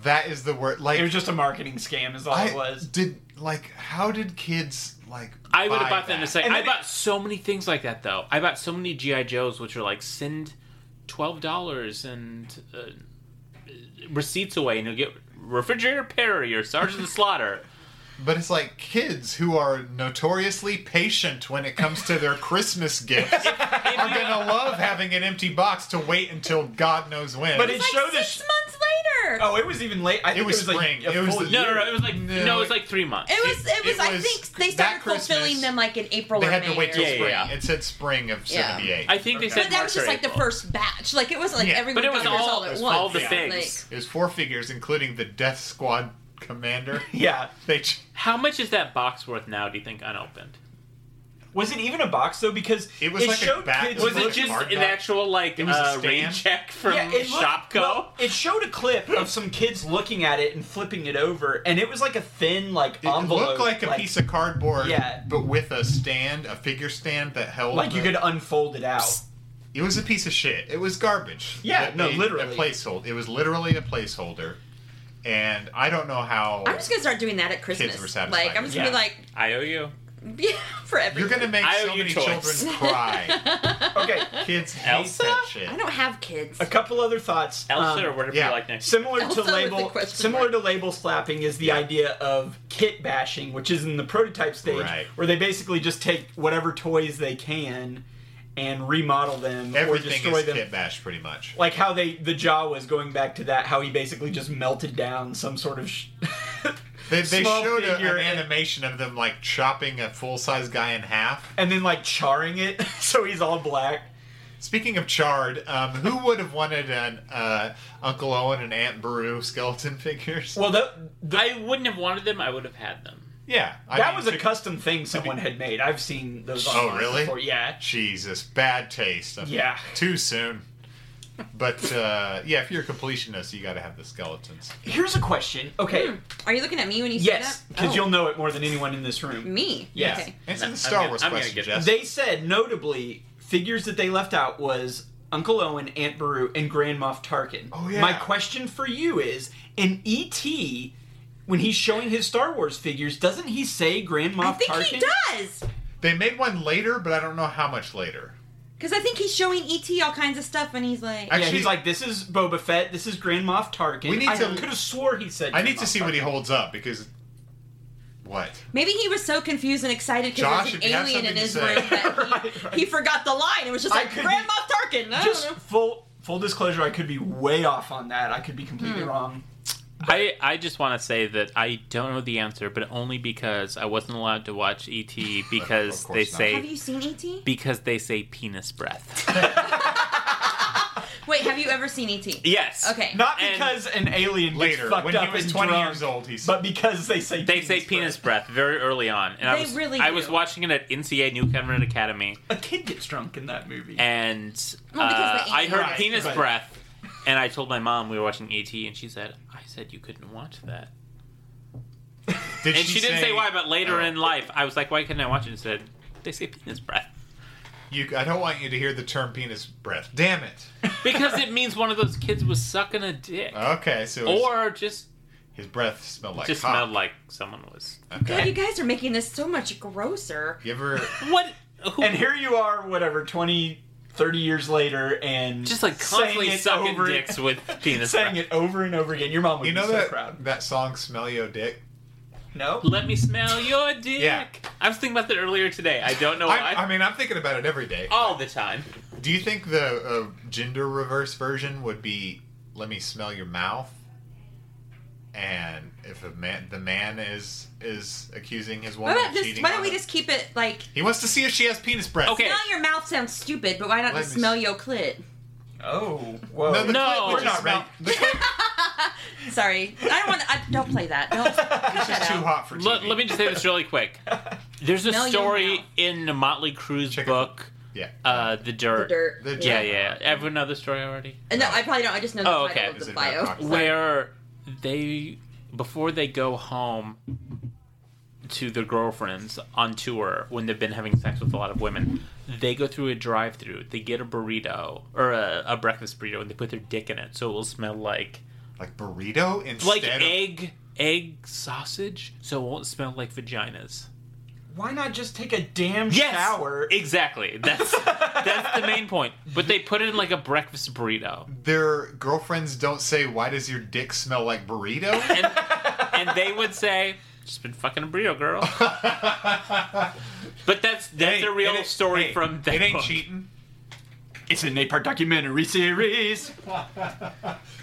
that is the word. Like It was just a marketing scam, is all I it was. did like how did kids like? I would buy have bought them in a that? second. And I then- bought so many things like that though. I bought so many GI Joes, which are like send twelve dollars and uh, receipts away, and you'll get refrigerator Perry or Sergeant Slaughter. But it's like kids who are notoriously patient when it comes to their Christmas gifts are gonna love having an empty box to wait until God knows when. But it's it like showed a. six Sh- months later. oh, it was even late. I think it was was, spring. like a It was full the- No, no, year. no, it was like No, no, it was like three months. It was. It, it was. I was- think they that started Christmas- fulfilling them like in April they or had May. to wait till Yeah, yeah, spring. yeah. It said spring of Yeah. '78. I think they Okay. said but that March was just or like the April. first batch. Like it wasn't like Yeah. everyone But it was got theirs all- all at it was once. all the Like, figs. It was four figures, including the Death Squad commander. Yeah. They ch- How much is that box worth now? Do you think unopened? Was it even a box though? Because It was like a showed back- kids Was Look, it just Mark an got- actual like was a uh, rain stand. check from it looked- Shopko? well, it showed a clip of some kids looking at it and flipping it over, and it was like a thin like it envelope. looked like a piece of cardboard, Yeah. but with a stand, a figure stand that held. like you the- could unfold it out. It was a piece of shit. It was garbage. Yeah, That no, they- literally. A placeholder. It was literally a placeholder, and I don't know how. I'm just gonna start doing that at Christmas. were satisfied. like I'm just gonna Yeah. be I owe you. like, yeah, for everyone. You're gonna make I owe so you many toys. children cry. Okay, Kids hate Elsa? that shit. I don't have kids. a couple other thoughts. Elsa Um, or whatever yeah. you like next. Similar Elsa to with the label, question similar mark. to label slapping is the idea of kit bashing, which is in the prototype stage, Right. where they basically just take whatever toys they can and remodel them or Everything destroy is them. kit bash, pretty much. like how they the jaw was going back to that how he basically just melted down some sort of sh- They, they small showed a, figure an and- animation of them like chopping a full size guy in half. and then like charring it so he's all black Speaking of charred, um, who would have wanted an uh, Uncle Owen and Aunt Beru skeleton figures? Well, that I wouldn't have wanted them. I would have had them. yeah, I that mean, was a fig- custom thing someone had made. I've seen those. Oh, online really? Before. Yeah. Jesus, bad taste. I mean, Yeah. too soon. But uh, yeah, if you're a completionist, you got to have the skeletons. Here's a question. Okay. Hmm. Are you looking at me when you Yes, say that? because Oh, you'll know it more than anyone in this room. me. Yes. Okay. Answer the I'm Star gonna- Wars I'm gonna question, get Jess. They said notably figures that they left out was Uncle Owen, Aunt Beru, and Grand Moff Tarkin. Oh, yeah. My question for you is: in ET, when he's showing his Star Wars figures, doesn't he say Grand Moff I think Tarkin? he does. They made one later, but I don't know how much later. Because I think he's showing ET all kinds of stuff, and he's like, Yeah, Actually- he's like, this is Boba Fett, this is Grand Moff Tarkin. We need I to- could have swore he said. I Grand need to Moff see what he Tarkin. holds up because what? maybe he was so confused and excited because Josh, there's if an you have alien in his something room to say. that he, Right, right. he forgot the line. It was just I like could Grand be- Moff Tarkin. I Just don't know. full full disclosure, I could be way off on that. I could be Hmm. completely wrong. I, I just want to say that I don't know the answer, but only because I wasn't allowed to watch ET because course they not. say Have you seen E ET? because they say penis breath. Wait, have you ever seen ET? yes. Okay. Not And- because an alien Later, gets fucked when up he was and 20 drunk, years old, he said- but because they say They say penis breath very early on, and I They was really I do. was watching it at NCA New Covenant Academy, A kid gets drunk in that movie. and Well, because uh, they I eat heard Right, penis right. breath, and I told my mom we were watching ET, and she said, "I said you couldn't watch that," Did and she, didn't say, why. But later Oh. in life, I was like, "Why couldn't I watch it?" And said, "They say penis breath." You, I don't want you to hear the term penis breath. Damn it. Because it means one of those kids was sucking a dick, Okay, so his, or just his breath smelled like just cock. smelled like someone was. God, you Okay. guys are making this so much grosser. You ever? What? Who? and here you are, whatever, 20, 30 years later, and just like saying constantly it sucking over, dicks with penis saying breath. it over and over again. Your mom would You know be so that proud. that song "Smell Yo Dick." No, Let me smell your dick. Yeah. I was thinking about that earlier today. I don't know why. I, I mean, I'm thinking about it every day. all the time. Do you think the uh, gender reverse version would be "Let me smell your mouth"? And if a man, the man is is accusing his Why woman about of just? cheating, Why don't on we him, just keep it like? He wants to see if she has penis breath. Okay. Smell your mouth sounds stupid, but why not Let just me smell s- your clit? oh, whoa, No, the No, clit would we're just not smell- ready. The clit Sorry, I don't want. I don't play that. Don't cut is that too out. hot for TV. Let, let me just say this really quick. There's a No, you story know. in Motley Crue's Check it. book, Yeah. uh, The The Dirt. dirt. The Yeah, dirt. yeah. Everyone know the story already? Uh, No, I probably don't. I just know the Oh, title okay. of Is the it bio. about cocktail? Where they, before they go home to their girlfriends on tour when they've been having sex with a lot of women, they go through a drive through. They get a burrito or a, a breakfast burrito and they put their dick in it so it will smell like like burrito instead like of egg egg sausage so it won't smell like vaginas. why not just take a damn Yes, shower? exactly. That's that's the main point. But they put it in like a breakfast burrito, their girlfriends don't say why does your dick smell like burrito and and they would say, "Just been fucking a burrito, girl." But that's that's Hey, a real it ain't- story hey, from that it ain't book. cheating It's a Napart documentary series.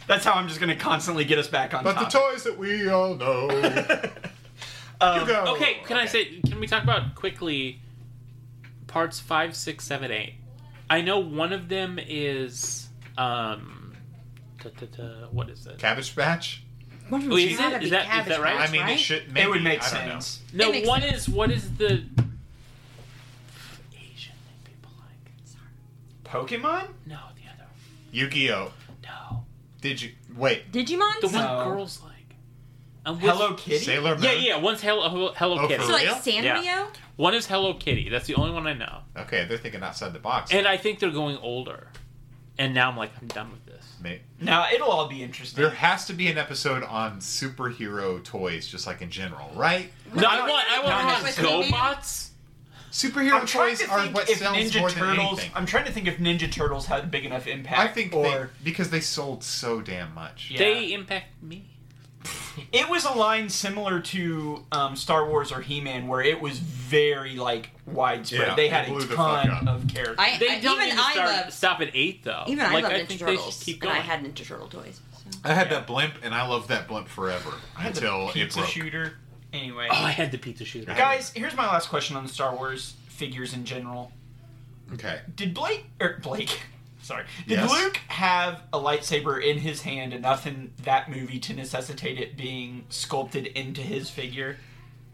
That's how I'm just going to constantly get us back on but the topic. toys that we all know Um, you go Okay, can I say? Can we talk about quickly parts five, six, seven, eight? I know one of them is um, da, da, da, what is it? cabbage batch One of Oh, them's is gotta it? be Is that- is Cabbage that right? Patch, i mean it should maybe, it would make I don't know. sense. No, It makes one is what is the Asian thing people like? Pokemon? No, the other one. yu-gi-oh No. did you wait Digimon. The one No. girls like. And which- Hello Kitty? sailor moon Yeah, yeah. One's Hello, Hello Oh, Kitty. for so like real? Sanrio. One is Hello Kitty. That's the only one I know. okay they're thinking outside the box And I think they're going older. And now I'm like, I'm done with this. May- Now, it'll all be interesting. there has to be an episode on superhero toys just like in general right No, I want, I No, want, no, it's I want He-Man. GoBots. superhero I'm trying toys to are think what if sells Ninja more than Turtles. anything I'm trying to think if Ninja Turtles had a big enough impact. i think or they, because they sold so damn much Yeah. They impact me. it was a line similar to um, Star Wars or He Man, where it was very like widespread. Yeah, they it had blew a the fuck ton up. of characters. I, They I don't even even I start, love stop at eight though. even like, I love Ninja think they Turtles. should keep and going. I had Ninja Turtle toys. So. I had that blimp, and I loved that blimp forever I had the until it pizza broke. shooter. Anyway, Oh, oh, I had the pizza shooter. Guy- guys, here's my last question on the Star Wars figures in general. Okay. Did Blake or Blake? Sorry. Did Yes. Luke have a lightsaber in his hand enough in that movie to necessitate it being sculpted into his figure?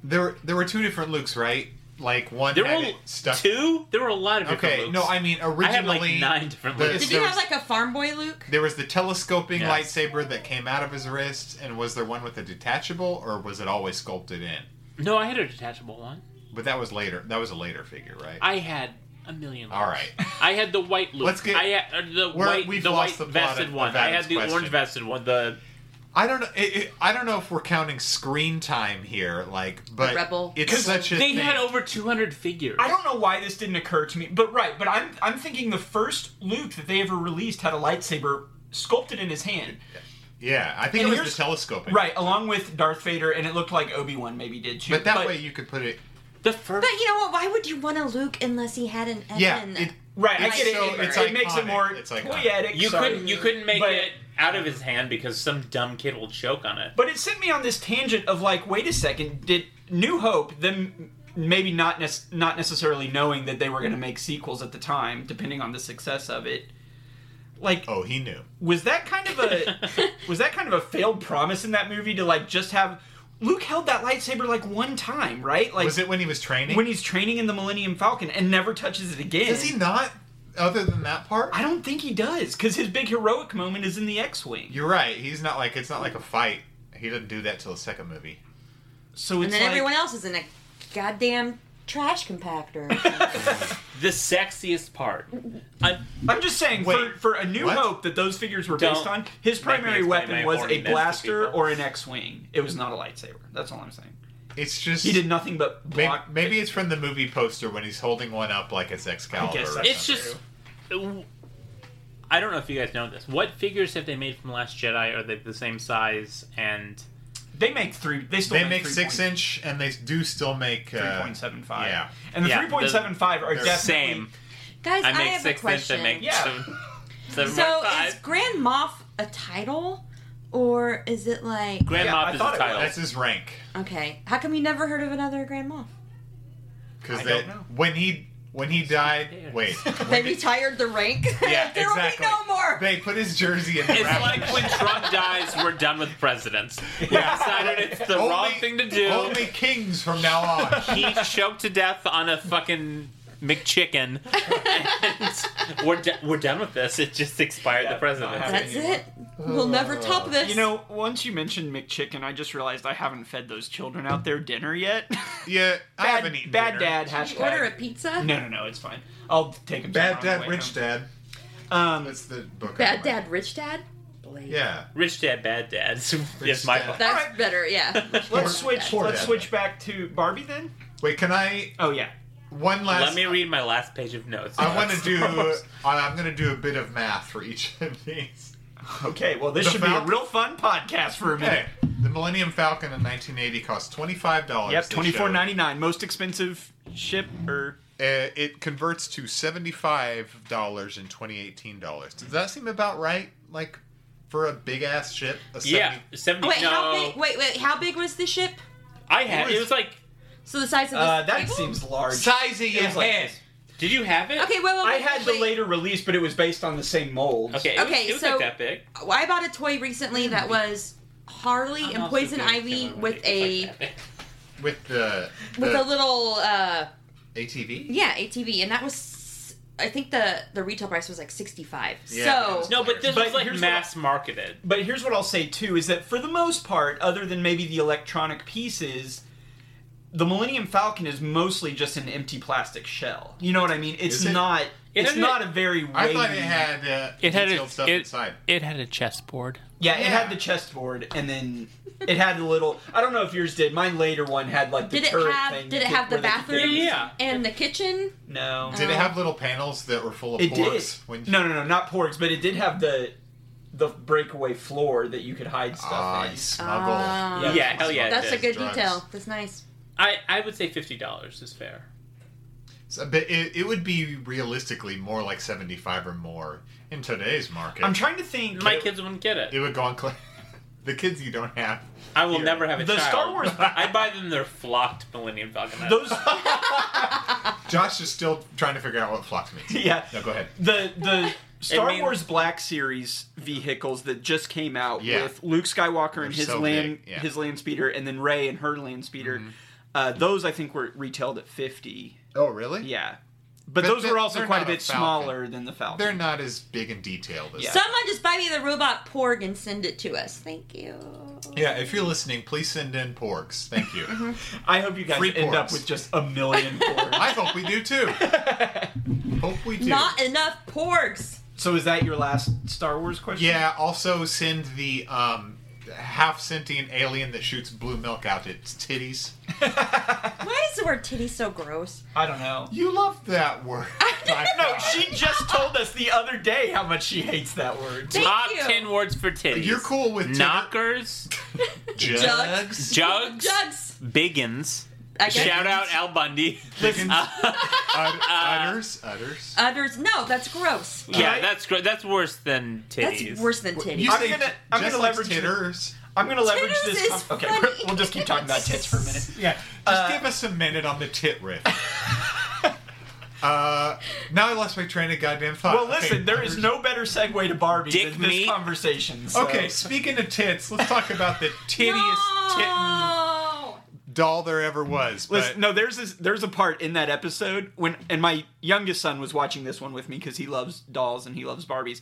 There were there were two different Lukes, right? Like one There had were it stuck. two. There were a lot of different. Okay, Lukes. no, I mean originally I had like nine different. the- Lukes. Did There you have was- like a farm boy Luke? There was the telescoping Yes. lightsaber that came out of his wrist, and was there one with a detachable, or was it always sculpted in? No, I had a detachable one. But that was later. That was a later figure, right? I had a million. Lukes. All right. I had the white Luke. Let's get- I had uh, the We're- white, we've the lost white the plot vested of- one. of I Adam's had the question. orange vested one. The I don't know. It, it- I don't know if we're counting screen time here, like, but Rebel. it's 'Cause such a they thing. had over two hundred figures. I don't know why this didn't occur to me, but right, but I'm I'm thinking the first Luke that they ever released had a lightsaber sculpted in his hand. yeah, I think And it was here's- the telescoping, Right, along with Darth Vader and it looked like Obi-Wan maybe did too. But that way you could put it. The first. But you know what? Why would you want a Luke unless he had an? Yeah, an- it, Right, I It's get it. so- it it's it makes it iconic. more It's iconic. poetic. You sorry. couldn't. You couldn't make But- it out of his hand because some dumb kid will choke on it. But it sent me on this tangent of like, wait a second, did New Hope them maybe not nec- not necessarily knowing that they were going to make sequels at the time, depending on the success of it. Like, Oh, he knew. was that kind of a was that kind of a failed promise in that movie to like just have Luke held that lightsaber like one time, right? Like Was it when he was training? when he's training in the Millennium Falcon and never touches it again. Does he not? Other than that part, I don't think he does because his big heroic moment is in the X-wing. you're right. He's not like it's not like a fight. He doesn't do that till the second movie. So it's and then like, everyone else is in a goddamn trash compactor. The sexiest part. I, I'm just saying, Wait, for, for A New what? Hope that those figures were Don't based on, his make me primary explain weapon my was a horniness to blaster people. or an X-wing. It was not a lightsaber. That's all I'm saying. It's just He did nothing but Maybe, block. maybe it's from the movie poster when he's holding one up like it's Excalibur. I guess or that's it's something. just. I don't know if you guys know this. What figures have they made from Last Jedi? Are they the same size? And they make three. They still they make make six inch and they do still make Three uh, point seven five. yeah. and the Yeah, three point seven five are they're definitely same. Guys, I, I make have a six inch. question. I make Yeah. seven. seven so point five. is Grand Moff a title, or is it like Grand Yeah, I Moff is thought the it title. That's his rank okay? How come you never heard of another Grand Moff? because I that don't know. when he when he died. there. Wait, They when he- retired the rank. yeah, there exactly. will be no more. They put his jersey in. The It's rack. like when Trump dies, we're done with presidents. We Yeah. decided it's the Only- wrong thing to do. Only kings from now on. He choked to death on a fucking McChicken. And we're, do- we're done with this. It just expired the presidency. That's it. We'll never top this. Uh, You know, once you mentioned McChicken, I just realized I haven't fed those children out there dinner yet. Yeah, I bad, haven't eaten bad dinner. dad. Did Hashtag. you order a pizza. No, no, no. It's fine. I'll take him. Bad dad, rich dad. Um, That's the book. I Bad read. dad, rich dad. Blake. Yeah. Rich dad, bad dad. Rich Yes, my dad. fault. That's Alright. better. Yeah. let's switch. Poor Let's dad. switch back to Barbie then. Wait, can I? Oh yeah. One last. Let me read my last page of notes. I want to That's do. gross. I- I'm going to do a bit of math for each of these. Okay, well, this The should Falcon- be a real fun podcast for a Okay, minute. the Millennium Falcon in 1980 cost twenty five dollars. Yep, twenty four ninety nine, most expensive ship or Uh, it converts to seventy five dollars in 2018 dollars. Does that seem about right? Like for a big ass ship, a 70- Yeah, 70. Wait, no, how big? Wait, wait. How big was the ship? I had It it. was- was like, So the size of this uh, that table? seems large. size of your was like head. this. did you have it? Okay, wait, wait, wait. I had the wait. later release, but it was based on the same mold. Okay, it was, Okay, it was so- like that big. I bought a toy recently that was Harley I'm and also Poison good at Ivy camera with work. a It's like that big. with the, with a the little uh ATV. yeah ATV, and that was s- I think the the retail price was like sixty five. Yeah, that so was- No, but this But was like here's what I- mass marketed. But here's what I'll say too is that for the most part, other than maybe the electronic pieces, the Millennium Falcon is mostly just an empty plastic shell. You know what I mean? It's Is it? not It it's had not a very wavy, I thought it had uh, detailed stuff inside. it had a chessboard. Yeah, it Yeah. had the chessboard and then it had the little I don't know if yours did. My later one had like the did it turret have thing. did it that- have the where they could bathroom Oh. get- Yeah, yeah. and the kitchen? No. Did it have little panels that were full of It did. porks? When No, no, no, not porgs, but it did have the the breakaway floor that you could hide stuff Ah, in. you smuggle. Ah. Yeah, hell yeah. it That's a did. good drugs. detail. That's nice. I, I would say fifty dollars is fair. So, but it, it would be realistically more like 75 or more in today's market. I'm trying to think. My kids wouldn't get it. It would go on clear. the kids you don't have. I will Yeah. never have a The child. Star Wars- I buy them their flocked Millennium Falcon. Those Josh is still trying to figure out what flux means. yeah. No, go ahead. The the Star means- Wars Black Series vehicles that just came out Yeah. with Luke Skywalker and his so land big, yeah. Mm-hmm. his land speeder, and then Ray and her land speeder. Uh, those I think were retailed at fifty. Oh, really? Yeah, But but, those they- were also they're quite a not a bit Falcon. smaller than the Falcon. They're not as big and detailed as Yeah. Someone just buy me the robot Porg and send it to us. Thank you. Yeah, if you're listening, please send in porks. Thank you. Mm-hmm. I hope you guys Free end up porgs. with just a million. porgs. I hope we do too. Hope we do. Not enough Porgs. so is that your last Star Wars question? yeah, also send the um, half sentient alien that shoots blue milk out its titties. Why is the word titty so gross? I don't know. You love that word. My No, God. she just told us the other day how much she hates that word. Thank Top you. ten words for titties. You're cool with titty- knockers, Jugs. jugs, Jugs. biggins. I guess. Shout out Al Bundy. Chickens, Uh, ud- udders, udders. Udders. No, that's gross. yeah, I- that's gr- that's worse than titties. That's worse than titty. You I'm say gonna- j- I'm just gonna like leverage the- titters. I'm gonna leverage Titters this. is com- okay, funny. we're- we'll just keep talking about tits for a minute. Yeah, just Uh, give us a minute on the tit riff. uh, now I lost my train of goddamn thought. Well, listen, Okay, there is udders. no better segue to Barbie Dick than this meat. conversation. so- Okay, speaking of tits, let's talk about the tittiest tittin no. doll there ever was. But Listen, no, there's this, there's a part in that episode when, and my youngest son was watching this one with me because he loves dolls and he loves Barbies.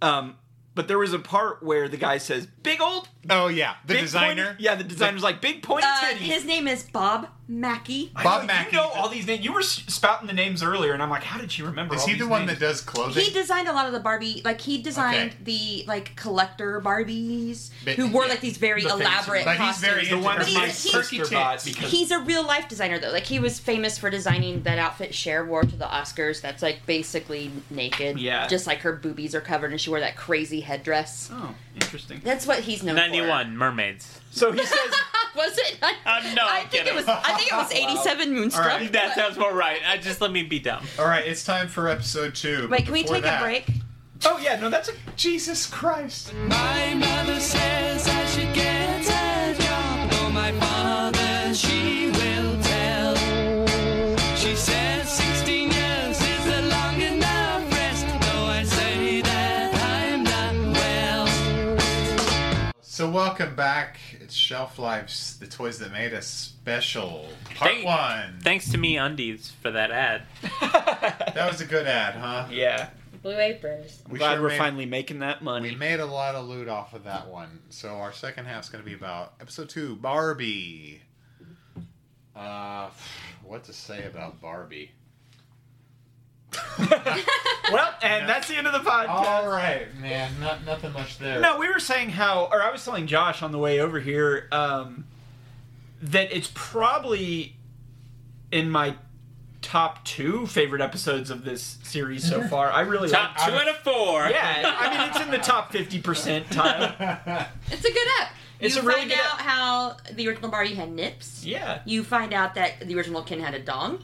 Um, but there was a part where the guy says, "Big old Oh yeah, the big designer. pointy-" yeah, the designer's like, "Big pointy Uh, titty." his name is Bob Mackey. I Bob know, Mackie. You know all these names. You were s- spouting the names earlier, and I'm like, how did she remember? Is all he these the one names? that does clothing? He designed a lot of the Barbie, like he designed Okay. the like collector Barbies But- who wore yeah. like these very The fancy elaborate but he's costumes. very the into one her that But my he's- he's- sister bought tits. because He's a real life designer though. Like he was famous for designing that outfit Cher wore to the Oscars. That's like basically naked. Yeah. Just like her boobies are covered, and she wore that crazy headdress. oh, interesting. That's what he's known for. Ninety-one mermaids. So he says, Was it? Uh, no, I I'm think kidding. it was. I think it was eighty-seven Moonstruck. All right. That sounds more right. I just let me be dumb. All right, it's time for episode two. but Wait, can we before take that- a break? "Oh yeah, no, that's a Jesus Christ! My mother says I should get a job. Oh, my father, she will tell. She says 16 years is a long enough rest. Though I say that I'm not well. So welcome back. It's Shelf Lives, the toys that made us special. Part Thank- one. Thanks to me undies for that ad. that was a good ad, huh? yeah." Blue aprons. We Glad sure we're made- finally making that We money. made a lot of loot off of that one. So our second half's going to be about episode two, Barbie. Uh, what to say about Barbie? well, and that's the end of the podcast. All right, man. Not nothing much there. No, we were saying how, or I was telling Josh on the way over here um, that it's probably in my top two favorite episodes of this series so Mm-hmm. far. I really Top like. two out of four. Yeah, I mean it's in the top fifty percent time. It's a good app. It's you a really find good out app. how the original Barbie had nips. Yeah, You find out that the original Ken had a dong.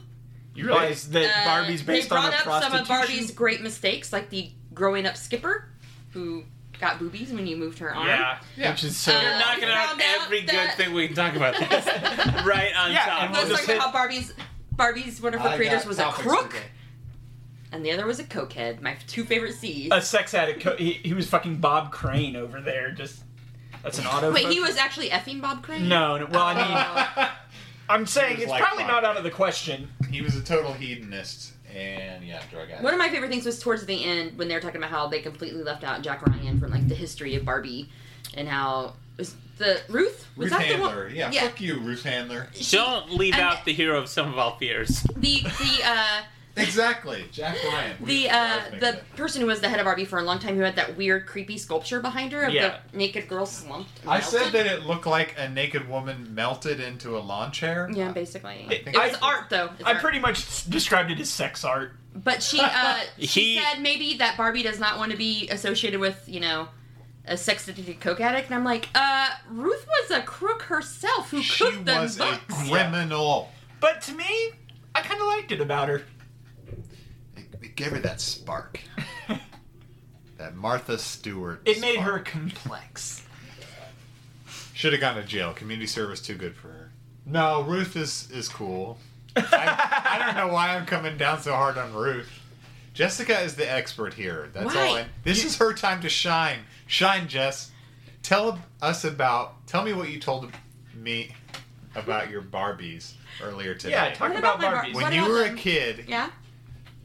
you realize that Uh, Barbie's based they on brought a up some prostitution. of Barbie's great mistakes, like the growing up skipper, who got boobies when you moved her arm. yeah, Yeah. which is so. Uh, You're knocking out Found out every good that- thing we can talk about this. right on Yeah, top. and Let's we'll talk just about hit- how Barbie's Barbie's one of her I creators got was a topics crook, today. and the other was a cokehead. My two favorite C's. a sex addict. Co- he, he was fucking Bob Crane over there. Just that's an auto. Wait, he was actually effing Bob Crane. No, no. Well, I mean, I'm saying was it's like probably Bob not out of the question. he was a total hedonist and yeah, drug addict. One of my favorite things was towards the end when they were talking about how they completely left out Jack Ryan from like the history of Barbie, and how was the Ruth was Ruth that Handler. the one? Yeah, fuck you, Ruth Handler. Don't leave and- out the hero of some of our fears. the the uh, Exactly, Jack Ryan. We- the I uh, was thinking the that. person who was the head of Barbie for a long time who had that weird creepy sculpture behind her of Yeah. the naked girl slumped. and I said melted. that it looked like a naked woman melted into a lawn chair. Yeah, basically. I It, think was I- art though. It's I art. pretty much s- described it as sex art. But she uh, she He- said maybe that Barbie does not want to be associated with you know a sex addicted coke addict, and I'm like, uh, Ruth was a crook herself who She cooked them was a books. criminal. But to me, I kind of liked it about her. It, it gave her that spark. that Martha Stewart. It made her complex. Should have gone to jail. Community service too good for her. No, Ruth is is cool. I, I don't know why I'm coming down so hard on Ruth. Jessica is the expert here. That's all. Why? I, this is her time to shine. Shine, Jess. Tell us about. Tell me what you told me about your Barbies earlier today. Yeah, talk What about, about my bar- Barbies. what when you about were a them? kid, Yeah.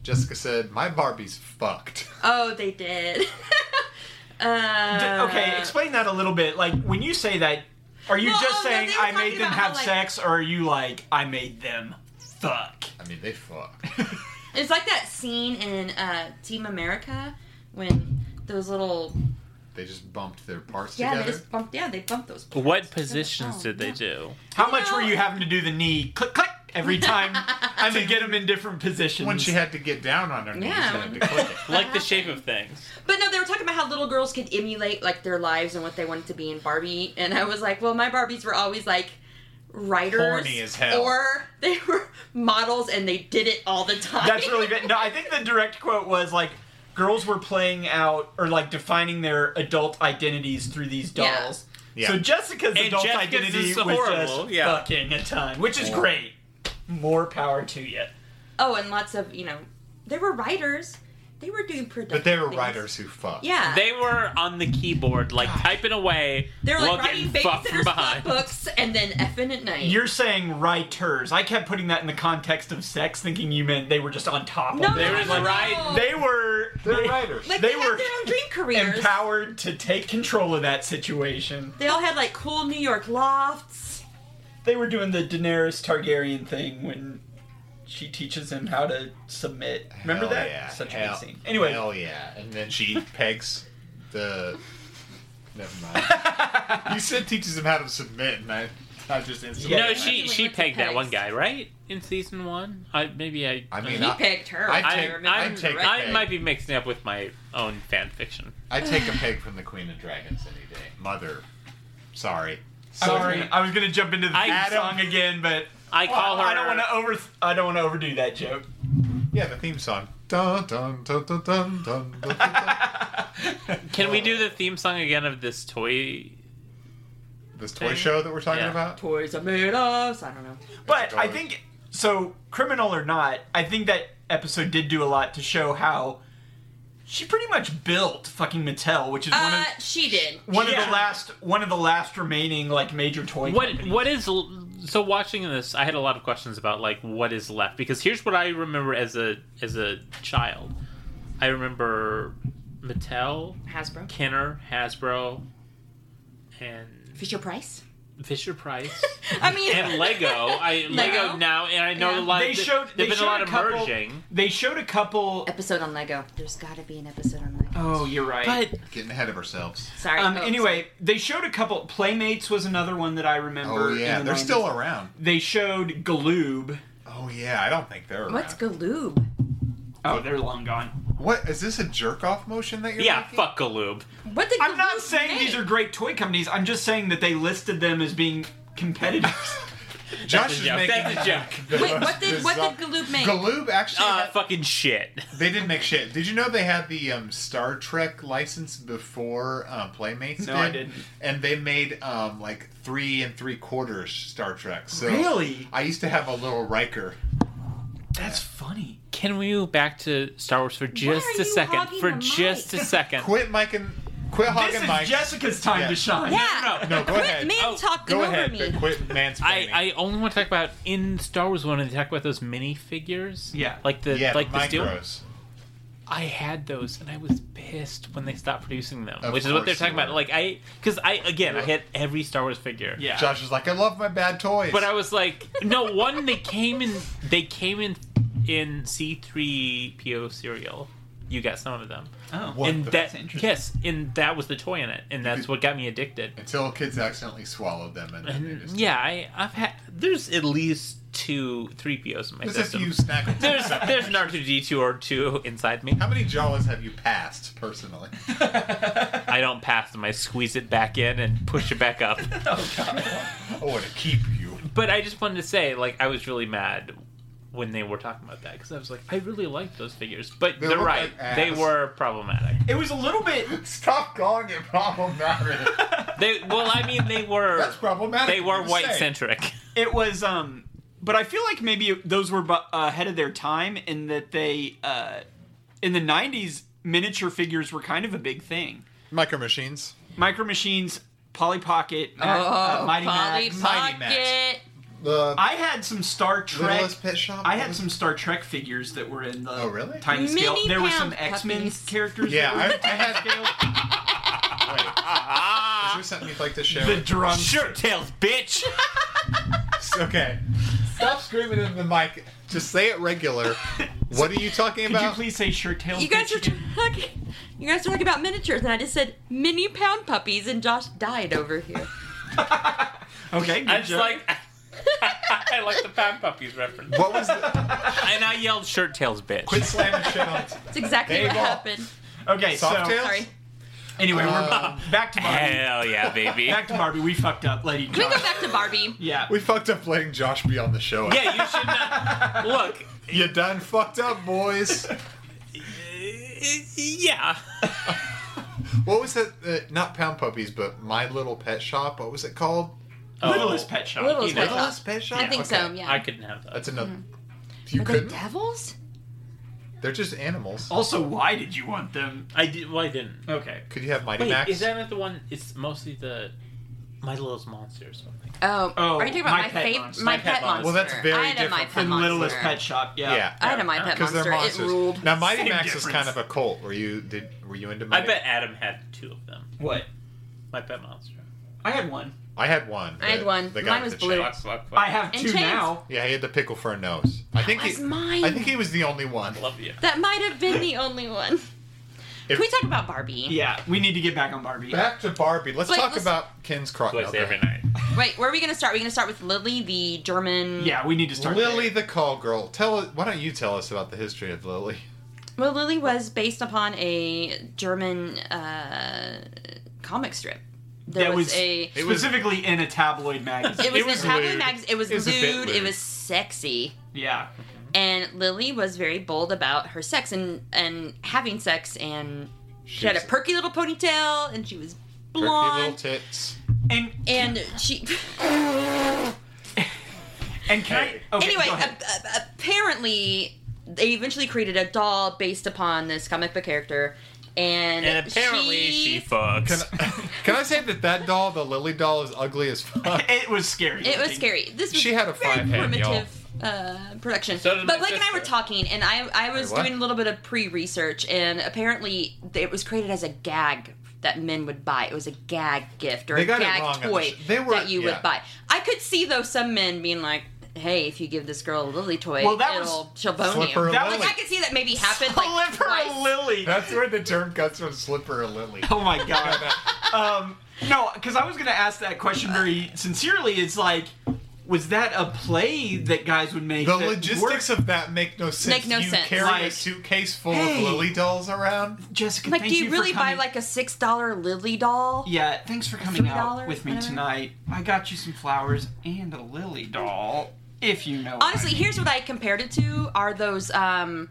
Jessica said, "My Barbie's fucked." Oh, they did. uh, D- okay, explain that a little bit. Like when you say that, are you Well, just oh, no, saying they were I talking made them about have how, like- sex, or are you like I made them fuck? I mean, they fucked. It's like that scene in uh, Team America when those little They just bumped their parts yeah they together. just bumped yeah they bumped those. What positions Oh, did they yeah. do? How much were know- you having to do the knee click click every time I mean, get them in different positions? When she had to get down on her knees, Yeah. she had to click it. Like the shape of things. But no, they were talking about how little girls could emulate like their lives and what they wanted to be in Barbie, and I was like, well, my Barbies were always like writers Horny as hell. or they were models and they did it all the time. That's really good. No, I think the direct quote was like, "Girls were playing out or like defining their adult identities through these Yeah. dolls." Yeah. So Jessica's And adult Jessica's identity is was horrible, just yeah. fucking a ton, which is Horrible. great. More power to you. oh, and lots of you know, they were writers. They were doing production. But they were things. writers who fucked. Yeah, They were on the keyboard, like typing away. Uh, they were while like getting writing fucked from babysitters behind. books and then effing at night. You're saying writers. I kept putting that in the context of sex, thinking you meant they were just on top no, of They no, were it. just no, no, right- no. They were They're writers. like they they, had were their own dream careers. empowered to take control of that situation. They all had like cool New York lofts. They were doing the Daenerys Targaryen thing when she teaches him how to submit. Remember Hell that? Yeah. Such hell, a good scene. Anyway, Hell yeah. And then she pegs the. Never mind. you said teaches him how to submit, and I, I just instantly. No, Yeah. she Doing she lots of pegged that pegs. one guy, right? In season one, I maybe I. I mean, He I, pegged her. I if I, take- remember I, I'd take correctly. I a peg. might be mixing up with my own fan fiction. I take a peg from the Queen of Dragons any day. Mother. Sorry. I was Sorry. gonna- I was gonna jump into the I- theme Adam- song again, but I call her. I don't want to over. I don't want to overdo that joke. Yeah, the theme song. Dun, dun, dun, dun, dun, dun, dun, dun, dun. Can we do the theme song again of this toy? this toy Thing? show that we're talking Yeah. about? Toys are made of. I don't know. But I dollars. think so. Criminal or not, I think that episode did do a lot to show how she pretty much built fucking Mattel, which is one Uh, of she did. one of yeah. the last one of the last remaining like major toy. What companies. what is l- so watching this? I had a lot of questions about like what is left because here's what I remember as a as a child. I remember Mattel, Hasbro. Kenner, Hasbro, and Fisher Price. Fisher Price. I mean, and Lego. I Lego, Lego? now, and I know Yeah. a lot. they of, showed. They There's been showed a lot of couple, merging. They showed a couple. episode on Lego. There's got to be an episode on Lego. Oh, you're right. But Getting ahead of ourselves. Sorry. Oh, um, folks. anyway, they showed a couple. Playmates was another one that I remember. Oh, yeah. in the They're 90s. still around. They showed Galoob. Oh, yeah. I don't think they're around. what's Galoob? Oh, they're long gone. What? Is this a jerk off motion that you're yeah, making? fuck Galoob. What did I'm not Galoob saying make? these are great toy companies. I'm just saying that they listed them as being competitors. That's Josh a is joke. making. That's a joke. the Wait, most what did- what did bizarre- Galoob make? Galoob actually. Uh, had- fucking shit. They did make shit. Did you know they had the um, Star Trek license before uh, Playmates? No, did? I didn't. And they made um, like three and three quarters Star Trek. So Really? I used to have a little Riker. That's funny. Can we move back to Star Wars for just are a you second? hogging For the mic? just a second. Quit Mike and quit This hogging is Mike. Jessica's time Yeah. to shine. Yeah. No, no, go Quit ahead. man Oh, talking Go over ahead. me. Quit mansplaining. I, I only want to talk about in Star Wars one. They talk about those minifigures. Yeah. like the yeah, like the the steel. micros. I had those and I was pissed when they stopped producing them, Of which is what they're course talking you about. were. Like I, because I again, I had every Star Wars figure. Yeah. Josh is like, I love my bad toys. But I was like, no. One, they came in. They came in in C three PO cereal. You got some of them, Oh. What and the- that interesting. yes, and that was the toy in it, and that's what got me addicted. until kids accidentally swallowed them, and then they And just yeah, I, I've had. There's at least two three POs in my There's a system. few snack. There's there's an R two D two or two inside me. How many Jawas have you passed personally? I don't pass them. I squeeze it back in and push it back up. oh god. I want to keep you. But I just wanted to say, like, I was really mad when they were talking about that because I was like, I really liked those figures, but They they are look right, like ass. they were problematic. It was a little bit. Stop calling it problematic. They well, I mean, they were That's problematic. they were to white say. centric. It was um. but I feel like maybe those were bu- ahead of their time in that they uh, in the '90s miniature figures were kind of a big thing. Micro Machines. Micro Machines, Polly Pocket, Ma- uh, Oh, Mighty Polly Max. Mighty Max. Pocket. The I had some Star Trek. Littlest Pet Shop. I had some Star Trek figures that were in the Oh, really? tiny Mini scale. There were some pound X Men puppies. characters. Yeah, that were I- I had- Wait, is scale. there something you'd like to share? the drum. Shirt tails, bitch. okay. Stop screaming in the mic. Just say it regular. What are you talking Could you about? please say shirt tail? You guys are talking. You guys are talking about miniatures, and I just said mini pound puppies, and Josh died over here. okay. Good I just joke. like. I like the Pound Puppies reference. what was the And I yelled shirt tails, bitch. quit slamming shit on? T- That's exactly There you what go. happened. okay. Soft so tail? Sorry. anyway, Um, we're back to Barbie. Hell yeah, baby. Back to Barbie. We fucked up, lady. Can we go back to Barbie? Yeah. we fucked up letting Josh be on the show. yeah, you should not. Look. You done fucked up, boys. eh, Yeah. What was that? Uh, not Pound Puppies, but My Little Pet Shop. What was it called? Littlest Pet Shop. Littlest you know. Pet Shop. Littlest Pet Shop. I think Okay. so. Yeah. Mm-hmm. I couldn't have that. That's another. You Are they couldn't. devils? They're just animals. Also, why did you want them? I did. Well, I didn't. Okay. Could you have Mighty Wait, Max? is that not the one? It's mostly the My Little Monster or something. Oh, Oh, are you talking about My my, Pet favorite? Monster. My, My Pet pet monster. Monster. Well, that's very I had a my different pet The monster. Littlest Pet Shop. Yeah. yeah. I had a my pet Because they're monster. It monsters. ruled. Now, Mighty Same Max is difference. kind of a cult. Were you did? Were you into? I Mighty? bet Adam had two of them. What? My Pet Monster. I had one. I had one. I had but one. the guy Mine with was the blue. chain- Lots, lots, lots. I have And two chains. now. Yeah, he had the pickle for a nose. I think was he. mine. I think he was the only one. love you. That might have been the only one. If- Can we talk about Barbie? Yeah. We need to get back on Barbie. Back to Barbie. Let's Wait, talk let's- about Ken's Croc. Twice Okay. every night. Wait, where are we gonna start? We're gonna start with Lily, the German. Yeah. We need to start. Lily there. the Call Girl. Tell us. Why don't you tell us about the history of Lily? Well, Lily was based upon a German uh, comic strip. There That was, was- a. It was- specifically in a tabloid magazine. It was, it was in tabloid lewd. mags- It was It was a bit lewd. It lewd. was sexy. yeah. And Lily was very bold about her sex and and having sex. And she had a She's- perky little ponytail, and she was perky little blonde. tits. And and she. and can Hey. I? Okay, anyway, go a, ahead. a- apparently they eventually created a doll based upon this comic book character, and, And apparently she, fucks. Can I, can I say that that doll, the Lily doll, is ugly as fuck? it was scary. uh, it was looking. scary. This was She had a very fine head, y'all. primitive uh, production. So did but my Blake and I sister. were talking, and I I was Wait, what? doing a little bit of pre research, and apparently it was created as a gag that men would buy. It was a gag gift or They a got it gag wrong on the toy sh- they were- that you yeah. would buy. I could see though some men being like. Hey, if you give this girl a lily toy, Well, that was- it'll she'll bone Flip you. her a That Like, Lily. I could see that maybe happened. Like, Slipper twice. Lily. That's where the term comes from, slipper or Lily. Oh my god. um, no, because I was gonna ask that question very sincerely. It's like, was that a play that guys would make? The that logistics worked? of that make no sense. Make no you sense. carry a Like, suitcase full hey. of Lily dolls around? Jessica. Like, thank do you, for really buy coming- like a six dollar Lily doll? Yeah, thanks for coming out $3, with me whatever. tonight. I got you some flowers and a lily doll, if you know. what I Honestly, mean. here's what I compared it to: are those um,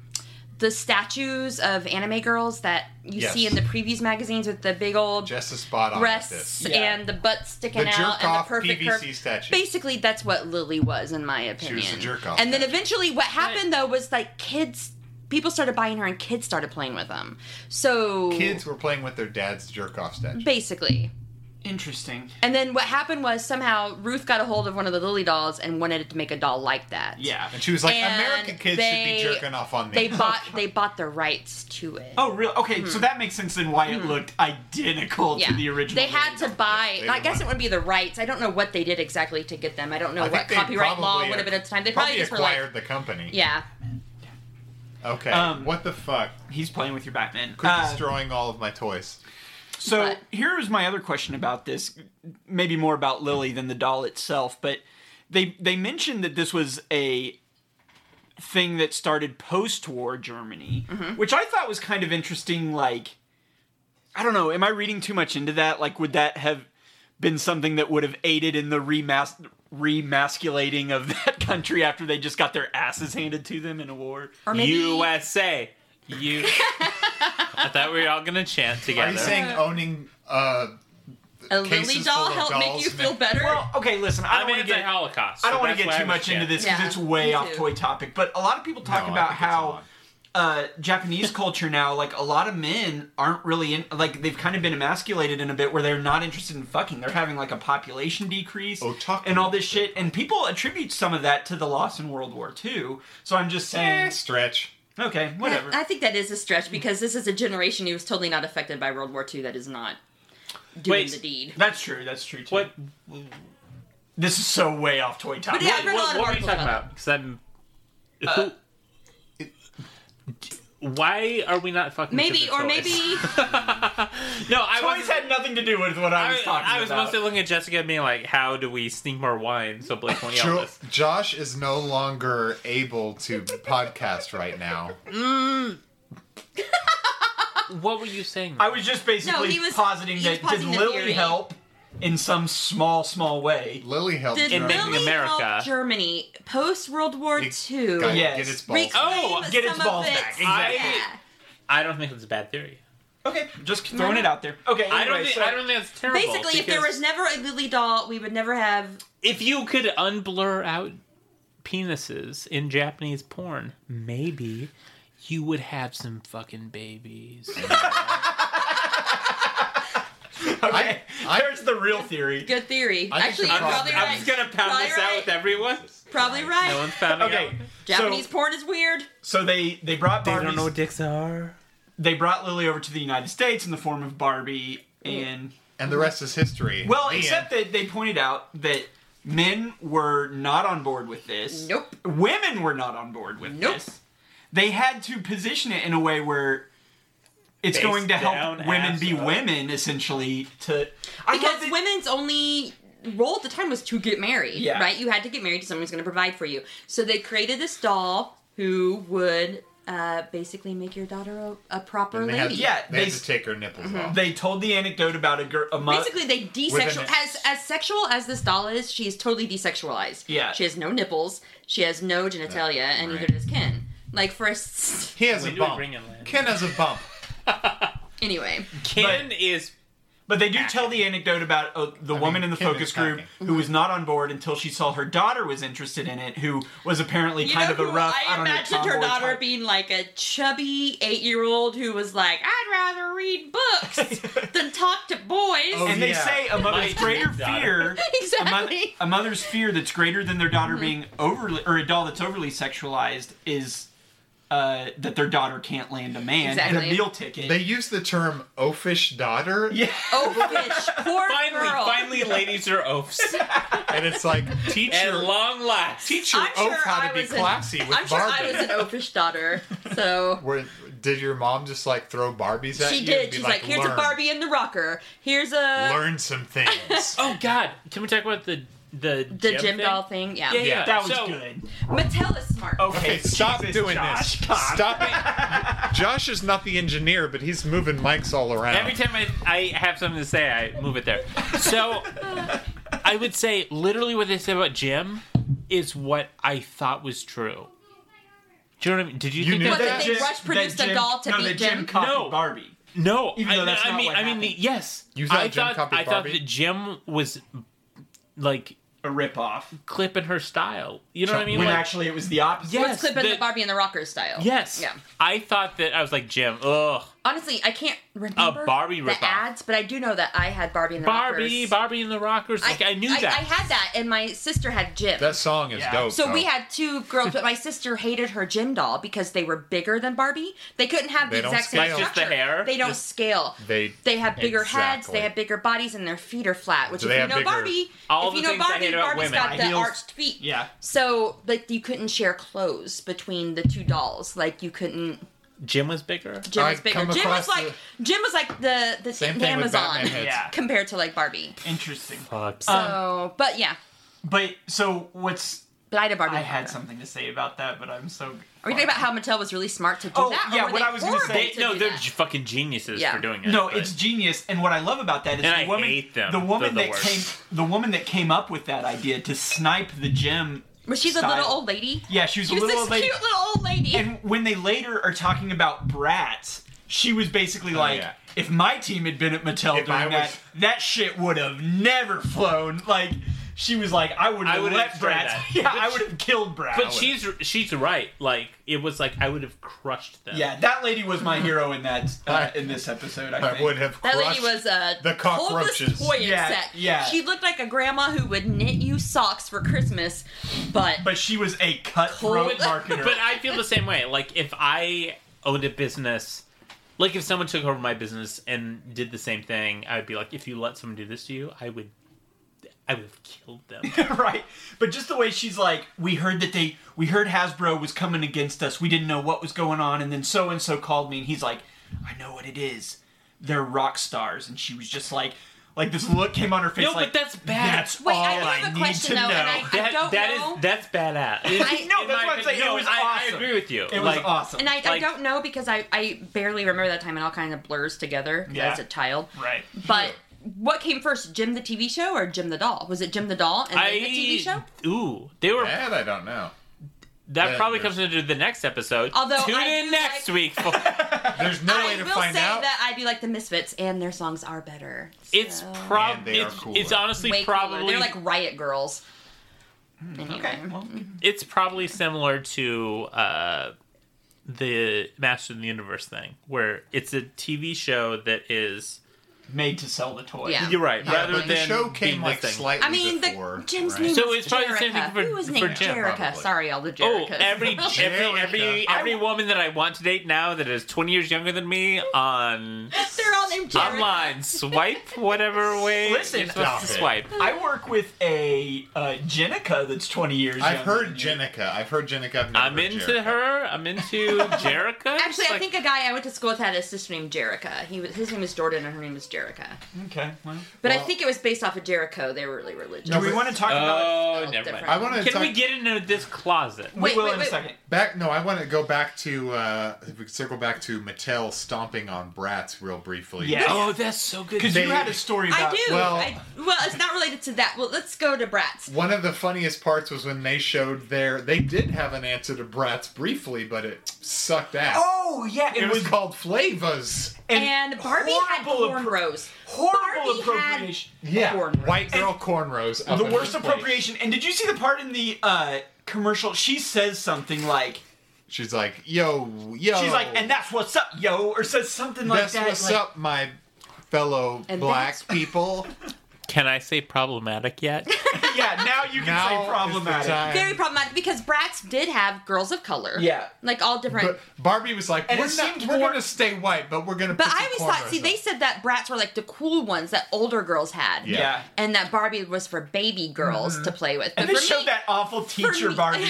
the statues of anime girls that you Yes. see in the previews magazines with the big old Just a spot on with breasts this. Yeah. and the butt sticking The out jerk and the off perfect PVC curve. statue. Basically, that's what Lily was, in my was opinion. a jerk-off And then statue. eventually, what happened though was like kids, people started buying her, and kids started playing with them. So Kids were playing with their dad's jerk off statue. basically. interesting. And then what happened was somehow Ruth got a hold of one of the Lily dolls and wanted to make a doll like that. Yeah. and she was like, And American kids they- should be jerking off on me. They bought they bought the rights to it. Oh, really? Okay, so that makes sense then why it looked identical Hmm. yeah. to the original. They had to Lily doll. buy They I didn't guess want- it would be the rights. I don't know what they did exactly to get them. I don't know I think what they copyright law probably would have been at the time. They probably, Probably just were like acquired the company. Yeah. Okay. Um, what the fuck? He's playing with your Batman. Quit Uh, destroying all of my toys. So But- here was my other question about this, maybe more about Lily than the doll itself, but they they mentioned that this was a thing that started post-war Germany, which I thought was kind of interesting. Like, I don't know, am I reading too much into that? Like, would that have been something that would have aided in the remas- remasculating of that country after they just got their asses handed to them in a war? Or maybe USA. You. I thought we were all gonna chant Are together. you saying owning uh, A cases lily doll full of help make dolls you feel make- better? Well, okay, listen. I I don't mean, want to it's a get. Holocaust. I so don't want that's to why get I too was much into scared. this because Yeah, it's way me off too. toy topic. But a lot of people talk No, I about think it's how on. uh, Japanese culture now, like a lot of men aren't really in, like they've kind of been emasculated in a bit where they're not interested in fucking. They're having like a population decrease Oh, Otaku. and all this shit. And people attribute some of that to the loss in World War II. So I'm just saying, stretch. okay, whatever. I think that is a stretch because this is a generation who was totally not affected by World War II that is not doing Wait. the deed. That's true. That's true too. What? This is so way off toy topic. But yeah, I read a lot What, what are of you articles talking about about? Because I'm. who- why are we not fucking? Maybe to the or toys? maybe no. I Toys was. had nothing to do with what I I, was talking I was about. mostly looking at Jessica and being like, "How do we sneak more wine?" So Blake won't yell at Jo- us. Josh is no longer able to podcast right now. What were you saying? I was just basically No, he was- positing he was that positing did the Lily theory. help in some small, small way? Lily helped. did In Germany. making Lily America. help Germany post World War It- II? got- Yes. Get its balls. reclaim back. Oh, get its some of balls its- back, exactly. Yeah. I don't think it's a bad theory. Okay, just throwing No. it out there. Okay, I don't. anyway, Think, so- I don't think it's terrible. Basically, if there because was never a Lily doll, we would never have. if you could unblur out penises in Japanese porn, maybe you would have some fucking babies. Okay, I- there's the real theory. Good theory. I think Actually, the you're problem- probably I'm right. just gonna pound Probably this out right. with everyone. Probably No right. one's pounding Okay, Japanese So, porn is weird. so they they brought They don't know Barbie. what dicks are. They brought Lily over to the United States in the form of Barbie, and And the rest is history. well, The except end. that they pointed out that men were not on board with this. Nope. Women were not on board with Nope. this. They had to position it in a way where it's Face going to help down, women ass be up. women, essentially. To I love because that- women's only role at the time was to get married, Yeah. right? You had to get married to someone who's going to provide for you. So they created this doll who would uh, basically make your daughter a, a proper And they had, lady. Yeah, they, they- had to take her nipples off. They told the anecdote about a girl. A mo- Basically, they desexual an- as as sexual as this doll is. She is totally desexualized. Yeah. she has no nipples. She has no genitalia, and neither Right. does Ken. Like for a s- he has When a do we bump. bring in Lance? Ken has a bump. anyway, Ken is but they do tell the anecdote about uh, the woman mean, in the Kim is focus group packing. who was not on board until she saw her daughter was interested in it, who was apparently you kind know of a who rough. I don't imagined know, her tomboy daughter type. being like a chubby eight year old who was like, "I'd rather read books than talk to boys." Oh, And they Yeah. say a mother's might greater be daughter. fear. A, mo- exactly. a mother's fear that's greater than their daughter Mm-hmm. being overly or a doll that's overly sexualized is uh, that their daughter can't land a man and Exactly. a meal ticket. They use the term oafish daughter, yeah. Oh, bitch, poor finally, girl. finally, ladies are oafs. and it's like teach At your, long last, teach your I'm oaf sure how I to be was in- classy with I'm sure Barbie. I was an oafish daughter, so Where, did your mom just like throw Barbies at you? she and did. be She's like, "Here's learn, a Barbie in the rocker. Here's a Learn some things. Oh God! Can we talk about the the the gym gym thing? doll thing." Yeah. Yeah, yeah. That was So- good. Mattel is smart. Okay, Okay, stop Jesus, doing Josh, this. God. Stop it. Josh is not the engineer, but he's moving mics all around. Every time I, I have something to say, I move it there. So I would say literally what they said about Jim is what I thought was true. Do you know what I mean? Did you, You think knew that? What, that they Jim- rush produced that a Jim- doll to no, beat that Jim Jim? copied No. Barbie. No, Even though I, that's I not mean, what I mean, happened. yes. You thought I Jim thought, copied I thought Barbie? that Jim was like A ripoff. clipping her style. You know what I mean? when Like, actually it was the opposite. Yeah. Let's clip in the- the Barbie in the rocker style. yes. Yeah. I thought that I was like Jim. Ugh. Honestly, I can't remember Barbie the ripoff. ads, but I do know that I had Barbie in the Barbie, rockers. Barbie and the Rockers. Like I, knew I, that. I had that, and my sister had Jim. that song is Yeah. dope. So we though. had two girls, but my sister hated her gym doll because they were bigger than Barbie. They couldn't have the They don't exact same scale. structure. Just the hair? They don't Just- scale. They- they have bigger heads. Exactly. They have bigger bodies, and their feet are flat. Which, Do if they you have know bigger- Barbie, All if the you know things I Barbie, hate about Barbie's women. got High the heels. arched feet. Yeah. So, like, you couldn't share clothes between the two dolls. Like, you couldn't. Jim was bigger. Jim I'd was bigger. come Jim was across like Jim was like the the, Same the thing with Amazon Batman heads. Yeah. compared to like Barbie. Interesting. Fuck. So, but yeah, But so what's but I had a Barbie. I had doll. something to say about that, but I'm so Are we talking about how Mattel was really smart to do Oh, that? or yeah, were what they I was gonna horrible say- They, to no, do they're that? j- fucking geniuses Yeah. for doing it. No, but- it's genius. And what I love about that is And the I woman hate them. the woman They're that the came worst. the woman that came up with that idea to snipe the gym But she's a style. little old lady. Yeah, she was a She was little this old lady. cute little old lady. Oh, And when they later are talking about brats, she was basically like, yeah. if my team had been at Mattel If I during that, was- that shit would have never flown. Like she was like, I would I have would've let destroyed Brat. that. Yeah, But I she- would have killed Brat. But she's she's right. Like it was like I would have crushed them. yeah, that lady was my hero in that uh, in this episode. I, I think. would have That crushed lady was a the cockroaches. toy Yeah, set. yeah. She looked like a grandma who would knit you socks for Christmas, but, But she was a cutthroat Cold. marketer. But I feel the same way. Like if I owned a business, like if someone took over my business and did the same thing, I would be like, if you let someone do this to you, I would, I would have killed them. right. But just the way she's like, we heard that they, we heard Hasbro was coming against us. We didn't know what was going on, and then so and so called me, and he's like, I know what it is. They're rock stars, and she was just like, like this look came on her face. No, but like, that's bad. That's Wait, all I do I, have a need question, to though, know. and I- That, don't that know. is- that's badass. I- no, that's In my what I'm saying. opinion- it no, was I, awesome. I agree with you. It was Like, awesome. and I, I Like- don't know because I, I barely remember that time. It all kind of blurs together Yeah. as a child. right. But what came first, Jim the TV show or Jim the doll? Was it Jim the doll and I then the TV show? Ooh, they were. That I don't know. That Yeah, probably there's- comes into the next episode. Although tune I in do next like- week. For, There's no way I to will find say out. that I do like the Misfits, and their songs are better. it's So- And probably they are it's, cooler. it's honestly Way cooler. probably They're like riot girls. Anyway. Okay. Well, it's probably similar to uh, the Master of the Universe thing, where it's a TV show that is. made to sell the toy. Yeah. You're right. Yeah, rather but than the show being came the like thing. slightly I mean, before. the Jim's right? name So was it's probably the same thing Jerrica. for- Who was for named Jim, Jerrica? probably. Sorry, all the Oh, Jerricas. every every every Jerrica. every woman that I want to date now that is 20 years younger than me on They're all named Jerrica. online swipe whatever way Listen, you're supposed stop to it. swipe. I work with a uh, Jenica that's 20 years. I've younger heard than you. Jenica. I've heard Jenica. I've never I'm heard into Jerrica. her. I'm into Jerrica. It's Actually, I like- think a guy I went to school with had a sister named Jerrica. He was, his name is Jordan, and her name is Jerrica. Okay. Well, But I Well- think it was based off of Jericho. They were really religious. do we want to talk about? Oh, Oh, never different. I mind. want to Can talk we get into this closet? Wait, we will wait, in a wait. second. back. No, I want to go back to. Uh, if we could circle back to Mattel stomping on brats real briefly. Yeah. Oh, that's so good. Because They- you had a story I about. do. well- I, well, it's not related to that. Well, let's go to Bratz. One of the funniest parts was when they showed their. They did have an answer to brats briefly, but it sucked ass. Oh yeah, it, was called Flavas. And Barbie had horrible appro- cornrows. horrible Barbie had- appropriation. Yeah, Cornrows. white girl cornrows. up The in worst this place. appropriation. And did you see the part in the uh, commercial? She says something like, She's like, yo, yo. "She's like, and that's what's up, yo," or says something like Oh. that's that. what's like- up, my fellow And black that's- people. Can I say problematic yet? Yeah, now you can Now say is problematic. the time. Very problematic because Bratz did have girls of color. Yeah. Like all different. But But, Barbie was like, And we're, it not- seemed we're more- gonna stay white, but we're gonna. put I some always thought, see, cornrows they up." said that Bratz were like the cool ones that older girls had. Yeah. yeah. And that Barbie was for baby girls to play with. But And they for showed me, that awful for teacher me- Barbie.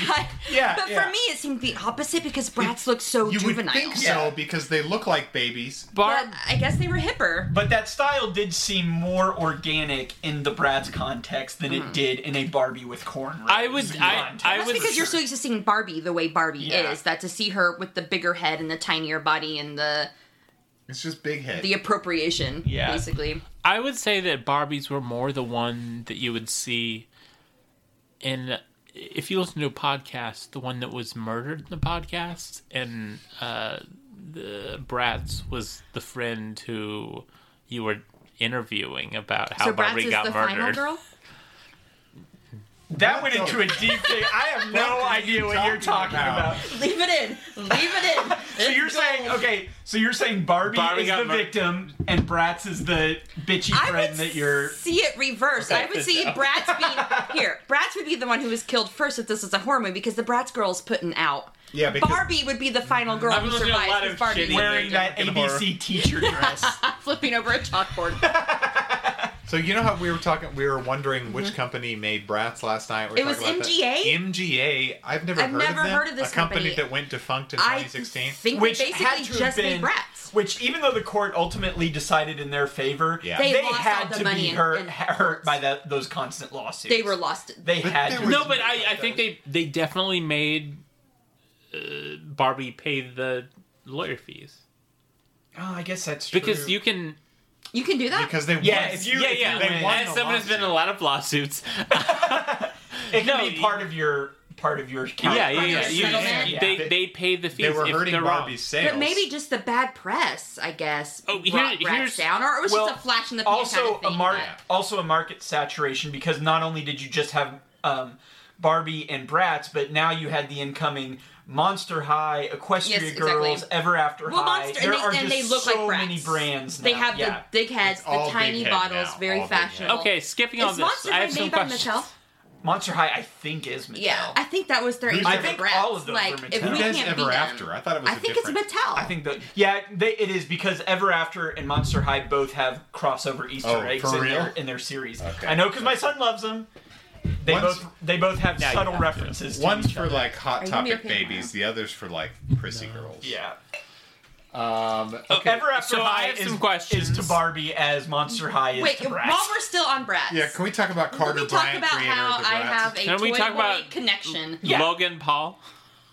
Yeah, But yeah. for me, it seemed the opposite because Bratz looked so You would juvenile. think so Yeah. because they look like babies. Bar- But I guess they were hipper. But that style did seem more organic in the Bratz context than Hmm. it did in a Barbie with cornrows. I would- I- context. I That's would- because you're so used to seeing Barbie the way Barbie Yeah. is, that to see her with the bigger head and the tinier body and the It's just big head. the appropriation, Yeah. basically. I would say that Barbies were more the one that you would see in if you listen to a podcast, the one that was murdered in the podcast, and uh, the Bratz was the friend who you were interviewing about how so Bratz Barbie is got the final murdered. girl. That went into a deep thing. I have no idea what you're talking talking about. about? Leave it in. Leave it in. So you're saying okay? So you're saying Barbie, Barbie is got the mur- victim and Bratz is the bitchy I friend would that you're. see it reversed. I would see Bratz being here. Bratz would be the one who was killed first if this was a horror movie because the Bratz girl's putting out. yeah, because Barbie would be the final girl I've who been listening to a survives lot because of Barbie shitty was Wearing that In horror. ABC teacher dress. flipping over a chalkboard. so you know how we were talking, we were wondering which company made Bratz last night. We were Mm-hmm. It was talking about that. MGA. MGA? I've never I've heard never of them. heard of this A company, company. that went defunct in I 2016. think which they basically had to just have made been, Bratz. Which, even though the court ultimately decided in their favor, Yeah. they, They lost all had the to money be in- hurt, in hurt by that those constant lawsuits. They were lost. They But had there to. was- No, but I, I think they they definitely made uh, Barbie pay the lawyer fees Oh, I guess that's true. because you can you can do that. because they Yeah, won. if you- yeah if yeah they won as the someone who's been in a lot of lawsuits it can No, be part of your part of your count. Yeah, yeah, Part of yeah. the You- settlement? you- They they paid the fees. They were if hurting they're wrong. Barbie's sales. But maybe just the bad press, I guess. Oh, here- brought rats here's- down, or it was well, just a flash in the pan kind also of thing, a mar- but- also a market saturation because not only did you just have um, Barbie and Bratz, but now you had the incoming Monster High, Equestria Yes, exactly. Girls, Ever After Well, High. monster, there and, they, are and just they look so like many brats. brands. They now. have yeah. the big heads, It's the all big tiny head bottles, now, very all big head. fashionable. Okay, skipping all Is this. Monster I High have some made by questions. Mattel? Monster High, I think, is Mattel. Yeah, I think that was their. Who's answer I for think brats. all of those like, were Mattel. if we Who does can't Ever beat After? Them, I thought it was I a think different. it's Mattel. I think that yeah, they, it is because Ever After and Monster High both have crossover Easter Oh, eggs for in real? their in their series. Okay. I know because my son loves them. They One's- both they both have you subtle have to. references. To One's each for other. like hot Are you gonna be topic okay babies, the others for like prissy girls. yeah. Um, Oh, okay. Ever After so I High have is, some questions. is to Barbie as Monster High is Wait, to while Bratz. we're still on brats, yeah, can we talk about Let Carter me talk Bryant, about creator how of the I Bratz? have a Can toy we talk boy about- connection. Yeah. Logan Paul.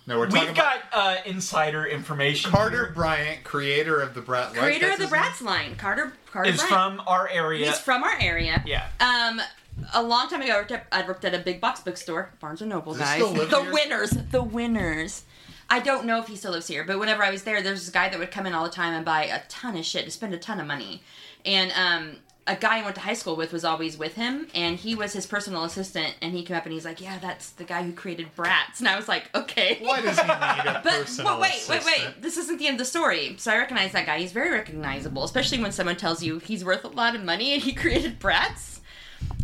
No, we're talking We've about got uh, insider information. Carter here Bryant, creator of the Brat. right? Creator of That's the his Bratz line, Carter Carter is Bryant. from our area. He's from our area. Yeah. Um, a long time ago, I worked at, I worked at a big box bookstore, Barnes and Noble, Does he guys. still live the here? winners, the winners. I don't know if he still lives here, but whenever I was there, there's this guy that would come in all the time and buy a ton of shit to spend a ton of money, and um. A guy I went to high school with was always with him, and he was his personal assistant. And he came up and he's like, "Yeah, that's the guy who created Bratz." And I was like, "Okay." Why does he need a But personal wait, wait, wait, assistant? This isn't the end of the story. So I recognize that guy. He's very recognizable, especially when someone tells you he's worth a lot of money and he created Bratz.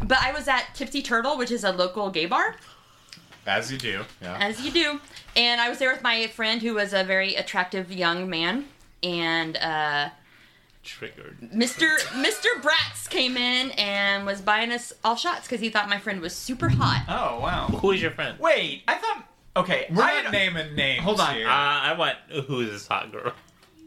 But I was at Tipsy Turtle, which is a local gay bar, As you do. Yeah. as you do. And I was there with my friend who was a very attractive young man. And uh, Triggered. Mr. Mr. Bratz came in and was buying us all shots because he thought my friend was super hot. Oh wow. Who is your friend? Uh, Wait, I thought. Okay, We're I not had- naming names. Hold on, uh, Here. I want who is this hot girl?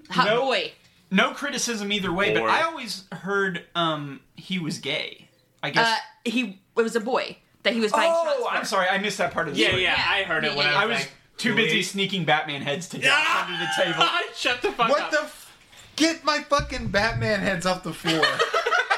Hot Nope. boy. no criticism either way, Or- but I always heard um he was gay. I guess. Uh, he it was a boy that he was buying shots. oh, for. I'm sorry, I missed that part of the Yeah, yeah, story. I heard it when Yeah, yeah, I I was. was like, too busy sneaking Batman heads to death Ah! under the table. Shut the fuck What up. the? F- Get my fucking Batman heads off the floor.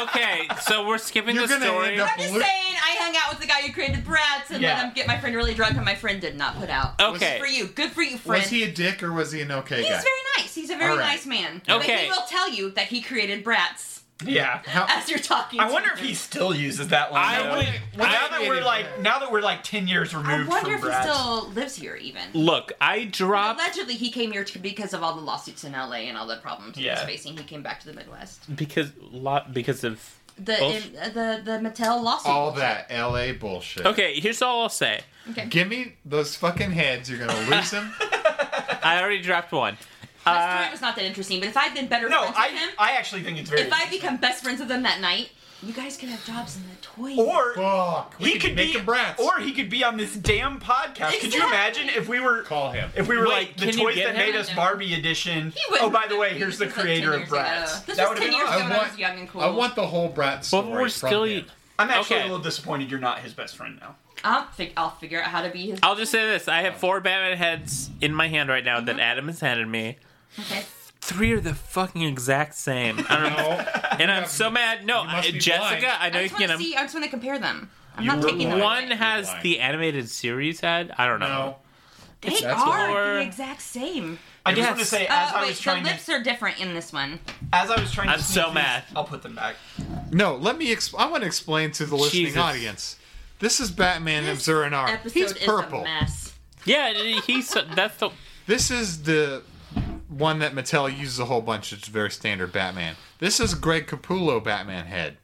okay, so we're skipping You're the gonna story. end up- I'm just Blue- saying, I hung out with the guy who created Bratz and Yeah. let him get my friend really drunk, and my friend did not put out. Okay. Good for you. Good for you, friend. was he a dick or was he an okay He's guy? very nice. He's a very All right. nice man. But Okay. he will tell you that he created Bratz yeah. How- as you're talking. I to wonder him. if he still uses that line. I though. would- Well, now I that would- we're like now that we're like ten years I removed wonder from if he Bratz. still lives here, even. Look, I dropped Allegedly, he came here to, because of all the lawsuits in LA and all the problems he was Yeah. facing. He came back to the Midwest. because lot because of The Bullsh- in- uh, the the Mattel lawsuit. all that LA bullshit. Okay, here's all I'll say. Okay. Give me those fucking heads. You're gonna lose them. I already dropped one. My story Uh, was not that interesting, but if I'd been better No, friends with I him, I actually think it's very. if I become best friends with them that night, you guys could have jobs in the toy. or Fuck. he could make be a brat. or he could be on this damn podcast. Could you Exactly. imagine if we were call him. if we were Wait, like the can you toys get that him? made us No. Barbie edition? He wouldn't Oh, by have the been way, beat. here's the This was like 10 creator of years ago. Bratz. This That was would have 10 been years I awesome. ago. when I want. was young and cool. I want the whole brat story. but we're from still. him. I'm actually Okay. a little disappointed you're not his best friend now. I'll, fig- I'll figure out how to be his. I'll just say this: I Oh. have four Batman heads in my hand right now that Adam has handed me. Mm-hmm. Okay. Three are the fucking exact same, and I'm, No. and I'm so mad. No, You must I- be Jessica, blind. I know I you just can want get to 'em. see. I just want to compare them. I'm You not were taking them. blind. One away. has blind. the animated series head. I don't know. No. They That's are what- the exact same. I just Yes. want to say, as Uh, I wait, was the trying lips to, are different in this one. as I was trying to, I'm sneak so these- mad. I'll put them back. No, let me. Exp- I want to explain to the listening Jesus. audience. This is Batman of This Zurinar. episode He's is a purple. mess. Yeah, he's that's the This is the one that Mattel uses a whole bunch. It's very standard Batman. This is Greg Capullo Batman head.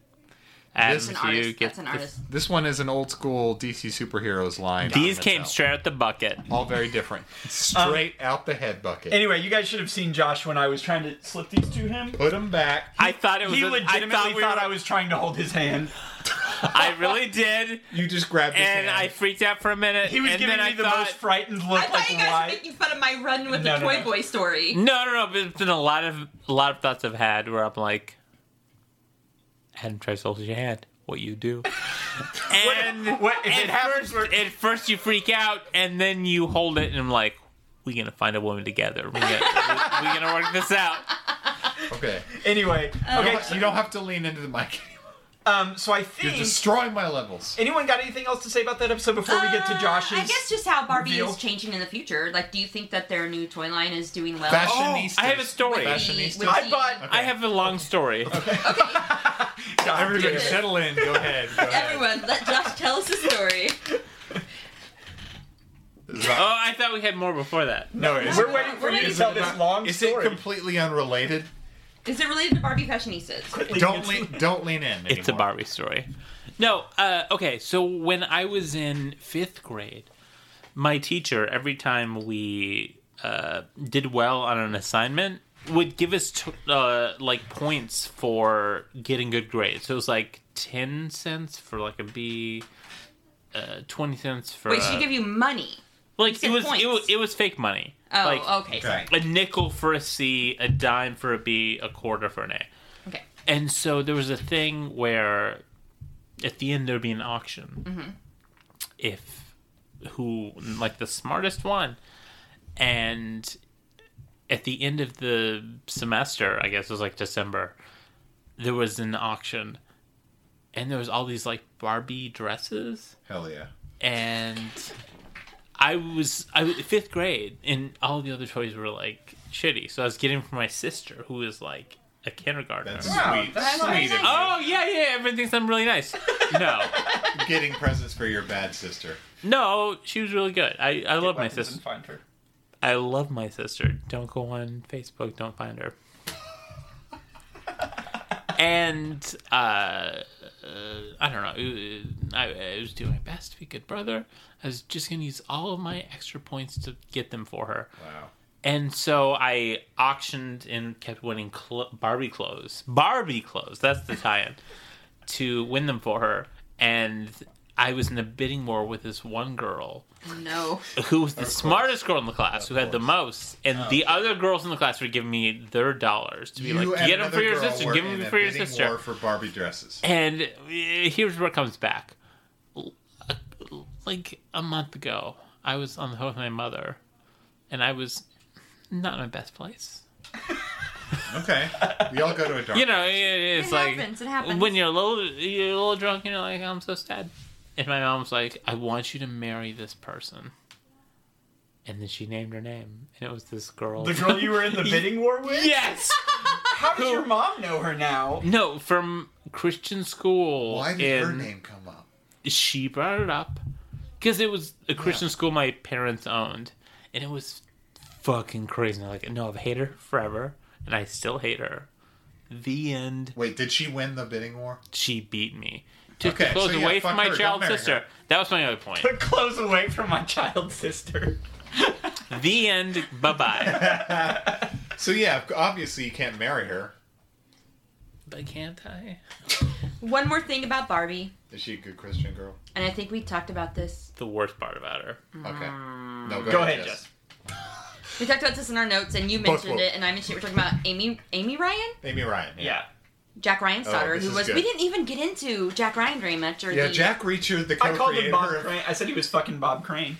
Adam, That's An do artist. you get That's an the- artist. This one is an old school DC superheroes line. These on came Mattel. straight out the bucket. All very different. Straight out the head bucket. Anyway, you guys should have seen Josh when I was trying to slip these to him. Put them back. I thought it was. He a- legitimately I thought, thought, we were- I was trying to hold his hand. I really did, You just grabbed his and I hand. freaked out for a minute. He was and giving then me I the thought, most frightened look. I like, thought you guys why? were making fun of my run with No, the no, Toy no. Boy story. No, no, no. But it's been a lot of a lot of thoughts I've had where I'm like, Adam tries to hold your hand. What you do? And what if at it happens? first, where- at first you freak out, and then you hold it, and I'm like, we gonna find a woman together. We gonna, we, we gonna work this out. okay. anyway, okay, Oh. You don't have to lean into the mic. Um, so I You're think destroying my levels. anyone got anything else to say about that episode before we get to Uh, Josh's? I guess just how Barbie reveal? is changing in the future. Like, do you think that their new toy line is doing well? Fashionistas. Oh, I have a story. With the- Fashionistas. with I the- bought- I have a long story. God Everybody, damn it. settle in. Go ahead. Go ahead. Everyone, let Josh tell us a story. Is that- Oh, I thought we had more before that. no, is We're waiting for We're you to waiting tell for this not- long Is it story. completely unrelated? Is it related to Barbie fashionistas? Completely Don't lean. Don't lean in. Anymore. It's a Barbie story. No, uh, okay. So when I was in fifth grade, my teacher, every time we uh, did well on an assignment, would give us t- uh, like points for getting good grades. So it was like ten cents for like a B, uh, twenty cents for Wait, a- she gave you money. like said it was, points. it was it was fake money. Oh, like, okay, sorry. A nickel for a C, a dime for a B, a quarter for an A. Okay. And so there was a thing where at the end there'd be an auction. If who like the smartest one and at the end of the semester, I guess it was like December, there was an auction and there was all these like Barbie dresses Hell yeah. and I was I was fifth grade, and all the other toys were like shitty. So I was getting from my sister, who was like a kindergartner. That's Wow, sweet. that's sweet. nice. of you. Oh yeah, yeah. Everyone thinks I'm really nice. No, Getting presents for your bad sister. no. She was really good. I I love my Weapons sister. and find her. I love my sister. Don't go on Facebook. Don't find her. and uh, uh, I don't know. it- it- I, I was doing my best to be a good brother. I was just gonna use all of my extra points to get them for her. Wow. And so I auctioned and kept winning cl- Barbie clothes. Barbie clothes. That's the tie-in to win them for her. And I was in a bidding war with this one girl No. who was the smartest girl in the class, who had the course. Oh. most, and the other girls in the class were giving me their dollars to be like, and get them for another your girl sister, were give them in a for your bidding sister. War for Barbie dresses. And uh, here's what comes back. L- uh, Like a month ago, I was on the phone with my mother, and I was not in my best place. Okay. We all go to a dark. You know, it, it's It like happens, it happens. when you're a little, you're a little drunk, and you're like, I'm so sad. And my mom's like, I want you to marry this person. And then she named her name, and it was this girl. The girl you were in the bidding war with? yes. How does your mom know her now? No, from Christian school. Why did her in- name come up? she brought it up because it was a Christian school my parents owned, and it was fucking crazy. And I'm like, no, I've hated her forever, and I still hate her. The end. Wait, did she win the bidding war? She beat me. Took Okay, the clothes so yeah, away fuck from my her, child don't marry sister. her. That was my other point. Put clothes away from my child sister. the end. Bye bye. So yeah, obviously you can't marry her. but can't I? One more thing about Barbie, Is she a good Christian girl? and I think we talked about this. The worst part about her. Okay. No, go, Go ahead, Jess. Jess. We talked about this in our notes, and you Both mentioned were- it, and I mentioned it. We're talking about Amy, Amy Ryan, Amy Ryan. Yeah. Jack Ryan's Oh, daughter, this who is was. good. We didn't even get into Jack Ryan very much, or Yeah, the Jack Reacher, the I called co-creator. him Bob of- Crane. I said he was fucking Bob Crane.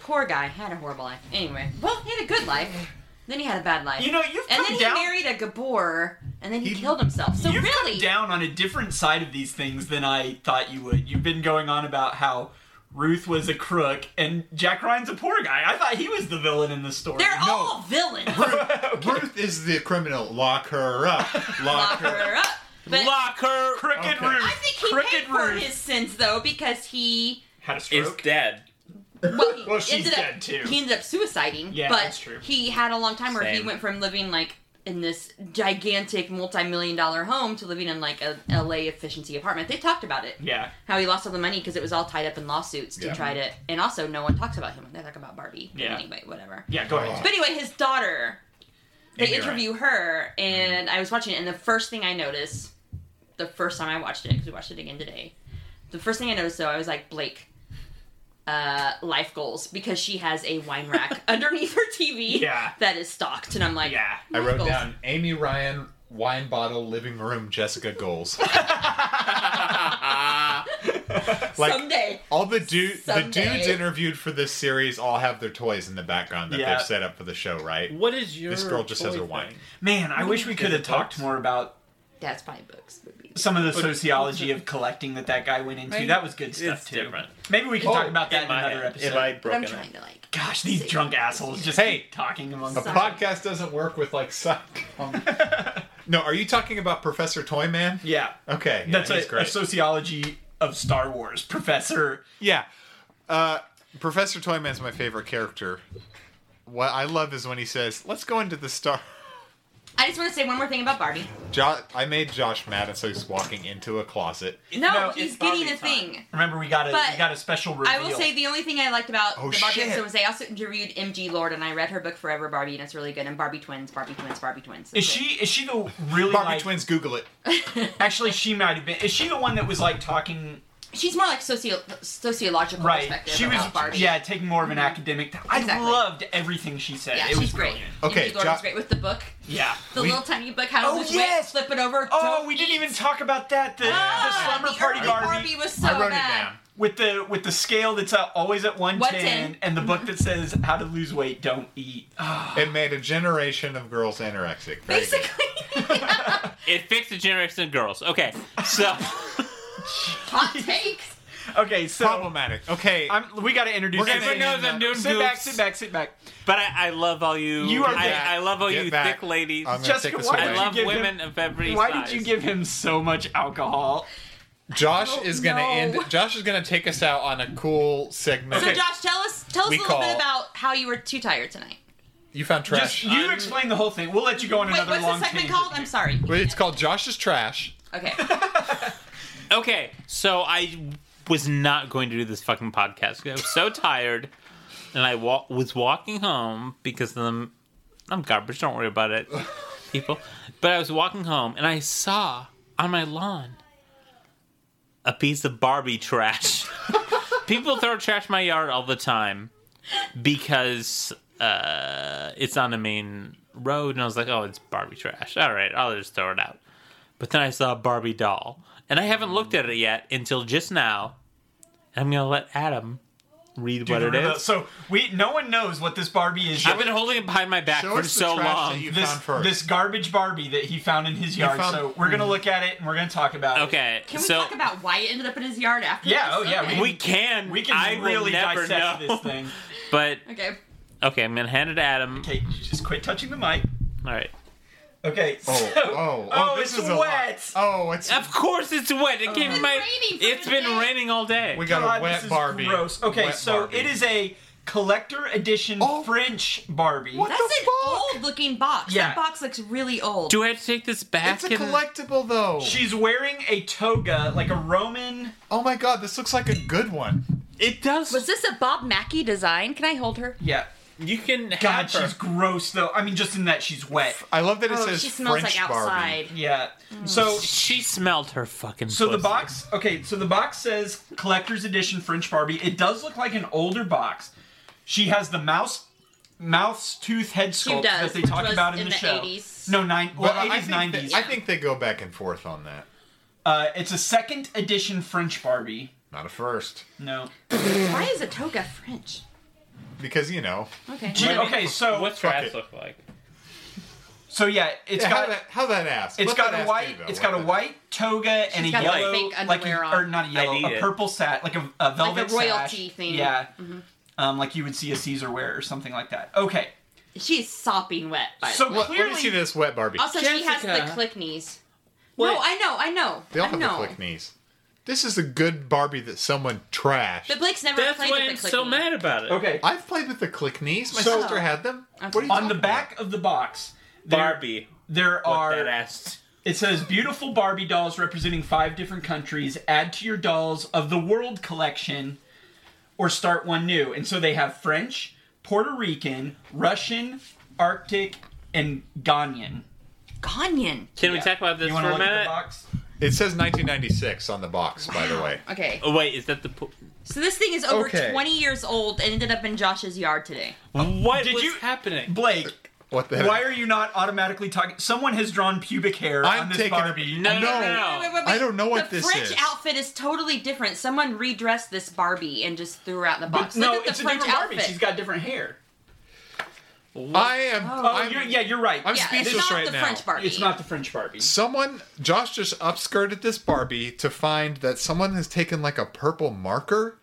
poor guy had a horrible life. Anyway, well, he had a good life. Then he had a bad life. You know, you've and come then he down. married a Gabor, and then he, He- killed himself. So you've really, come down on a different side of these things than I thought you would. You've been going on about how Ruth was a crook and Jack Ryan's a poor guy. I thought he was the villain in the story. they're No. all villains. Okay. Ruth is the criminal. Lock her up. Lock, Lock her up. But Lock her. Crooked Okay. Ruth. I think he Crooked paid for Ruth his sins though, because he had a is stroke. dead. well, he Well, she's ended up, dead, too. He ended up suiciding. Yeah, but that's true. He had a long time where he Same. went from living like in this gigantic multi-million dollar home to living in like a LA efficiency apartment. They talked about it. yeah. How he lost all the money because it was all tied up in lawsuits to Yeah. try to, and also no one talks about him when they talk about Barbie. But Yeah. Anyway, whatever. Yeah, go ahead. But anyway, his daughter. They Amy Ryan. interview her, and Mm-hmm. I was watching it, and the first thing I noticed, the first time I watched it, because we watched it again today, the first thing I noticed though, I was like, Blake, uh, life goals, because she has a wine rack underneath her TV Yeah. that is stocked, and I'm like, Yeah. I life wrote goals. down Amy Ryan wine bottle living room Jessica Goals. like someday. all the dude the Someday. dudes interviewed for this series all have their toys in the background that Yeah. they've set up for the show, right? What is your? This girl just has toy her wine. thing? Man, I wish we could have talked more about That's probably books would be some of the sociology of collecting that that guy went into. Right. That was good stuff It's too. different. Maybe we can talk Oh, about that in, my another head, episode. If I But broken I'm it. trying to like. Gosh, these See. drunk assholes just Hey. keep talking among A Sorry. podcast doesn't work with like sitcom. themselves. no, are you talking about Professor Toyman? yeah, Okay, yeah, that's he's a, a sociology of Star Wars professor. Yeah. Uh, Professor Toyman's my favorite character. What I love is when he says, "Let's go into the star." I just want to say one more thing about Barbie. Jo- I made Josh mad, and so he's walking into a closet. No, it's he's getting Barbie time. a thing. Remember, we got a we But got a special reveal. I will say the only thing I liked about Oh, the Barbie shit. episode was they also interviewed MG Lord, and I read her book Forever Barbie, and it's really good. And Barbie twins, Barbie twins, Barbie twins. is That's it. she is she the really Barbie like, twins, Google it. Actually, she might have been. Is she the one that was like talking? She's more like socio- sociological Right, perspective. she was. about Barbie. Mm-hmm. Yeah, taking more of an academic. Th- I Exactly. loved everything she said. it yeah, was she's great. brilliant. Okay, MG Lord Jo- was great with the book, Yeah. the We- little tiny book. How to Oh, lose yes! weight, flip it over. Oh, don't we eat. didn't even talk about that. The, Ah, the slumber the party early Barbie, Barbie was so I wrote bad. it down. with the with the scale that's uh, always at one 110. ten, and the Mm-hmm. book that says how to lose weight, don't eat. Ah, It made a generation of girls anorexic. Very good. Basically, It fixed the generation of girls. Okay, so hot takes. okay, so problematic. Okay, I'm, we got to introduce. We're gonna this everyone thing. knows I'm doing Sit back, goofs. sit back, sit back. But I, I love all you. You are back. I, I love all Get you back. thick ladies. I'm gonna take Jessica, this why away. I did you love give him- women of every Why size. did you give him so much alcohol? Josh don't is gonna know. end. Josh is gonna take us out on a cool segment. So Josh, tell us tell us We a little call- bit about how you were too tired tonight. you found trash. Just you I'm- explain the whole thing. We'll let you go on Wait, another what's long the segment tangent. called? I'm sorry. Wait, it's called Josh's trash. Okay. Okay, so I was not going to do this fucking podcast. I was so tired, and I wa- was walking home because I'm, I'm garbage. Don't worry about it, people. But I was walking home, and I saw on my lawn a piece of Barbie trash. people throw trash in my yard all the time because uh, it's on the main road, and I was like, "Oh, it's Barbie trash. All right, I'll just throw it out." But then I saw a Barbie doll, and I haven't looked at it yet until just now. And I'm gonna let Adam read what it is. So we no one knows what this Barbie is. I've been holding it behind my back Show for us the so trash long. that you this found first. this garbage Barbie that he found in his yard. found- so we're gonna look at it and we're gonna talk about it. Hmm. Okay, Can we so talk about why it ended up in his yard after? Yeah, this? oh, yeah, Okay. we can. We can I will really never dissect know. this thing. But okay. okay, I'm gonna hand it to Adam. Okay, you just quit touching the mic. All right. Okay. Oh, so, oh, oh, this it's is a lot. wet. Oh, it's Of course, it's wet. It came in been my. Oh. raining for It's the been day. raining all day. we got God, a this wet is Barbie. Gross. Okay, Wet so Barbie. it is a collector edition Oh. French Barbie. What? the That's an fuck? old looking box. Yeah. That box looks really old. Do I have to take this back? It's a and- collectible though. She's wearing a toga, like a Roman. oh my god, this looks like a good one. It does. Was this a Bob Mackey design? Can I hold her? Yeah. you can. Have God, her. she's gross though. I mean, just in that she's wet. I love that it Oh, says she smells French like outside. Barbie. Yeah. Mm. So She smelled her fucking. So the pussy. box, okay, so the box says collector's edition French Barbie. It does look like an older box. She has the mouse mouse tooth head sculpt does, that they which talk was about in, in the, the show. 80s. No, nine, well, But I, 80s, think 90s. that- I think they go back and forth on that. uh, it's a second edition French Barbie. Not a first, No. Why is a toga French? because you know Okay. Gee, okay, so What's Fuck trash it. look like? so yeah, it's yeah, how got that how that ass. It's Let got that a ass white. do, though. it's Let got a that- white toga and She's a got, like, yellow, fake like a, underwear or on. not a need yellow, a it. purple sat, like a, a velvet royalty Mm-hmm. sash. thing. Yeah, um, like you would see a Caesar wear or something like that. Okay, She's sopping wet. By the so way. Let, clearly, let me see this wet Barbie. also, she has Jessica. the click knees. What? No, I know, I know. they all I have the know. click knees. This is a good Barbie that someone trashed. But Blake's never That's played why with I'm the click so knee. mad about it. Okay, I've played with the click knees. My So- sister had them. What are you on the talking back of the box, there, Barbie. there What that are. ass. It says beautiful Barbie dolls representing five different countries. Add to your dolls of the world collection, or start one new. And so they have French, Puerto Rican, Russian, Arctic, and Ghanaian. Ganyan. Can we Yeah. talk about this You for want to a look at the minute? box? It says 1996 on the box, by the way. Okay. Oh, wait, is that the po- So this thing is over Okay. 20 years old and ended up in Josh's yard today. what Oh. did was you- happening? Blake, What the? why are you not automatically talking? Someone has drawn pubic hair I'm on this taking a- Barbie. No, no, no, No. no. Wait, wait, wait, Oh, I wait. don't know what the this French is. outfit is totally different. Someone redressed this Barbie and just threw her out in the box. No, Look at the it's a French different Barbie. outfit. She's got different hair. I am. Oh. Oh, I'm, you're, yeah, you're right. I'm yeah, speechless it's not right the now. French Barbie. it's not the French Barbie. Someone, Josh just upskirted this Barbie to find that someone has taken like a purple marker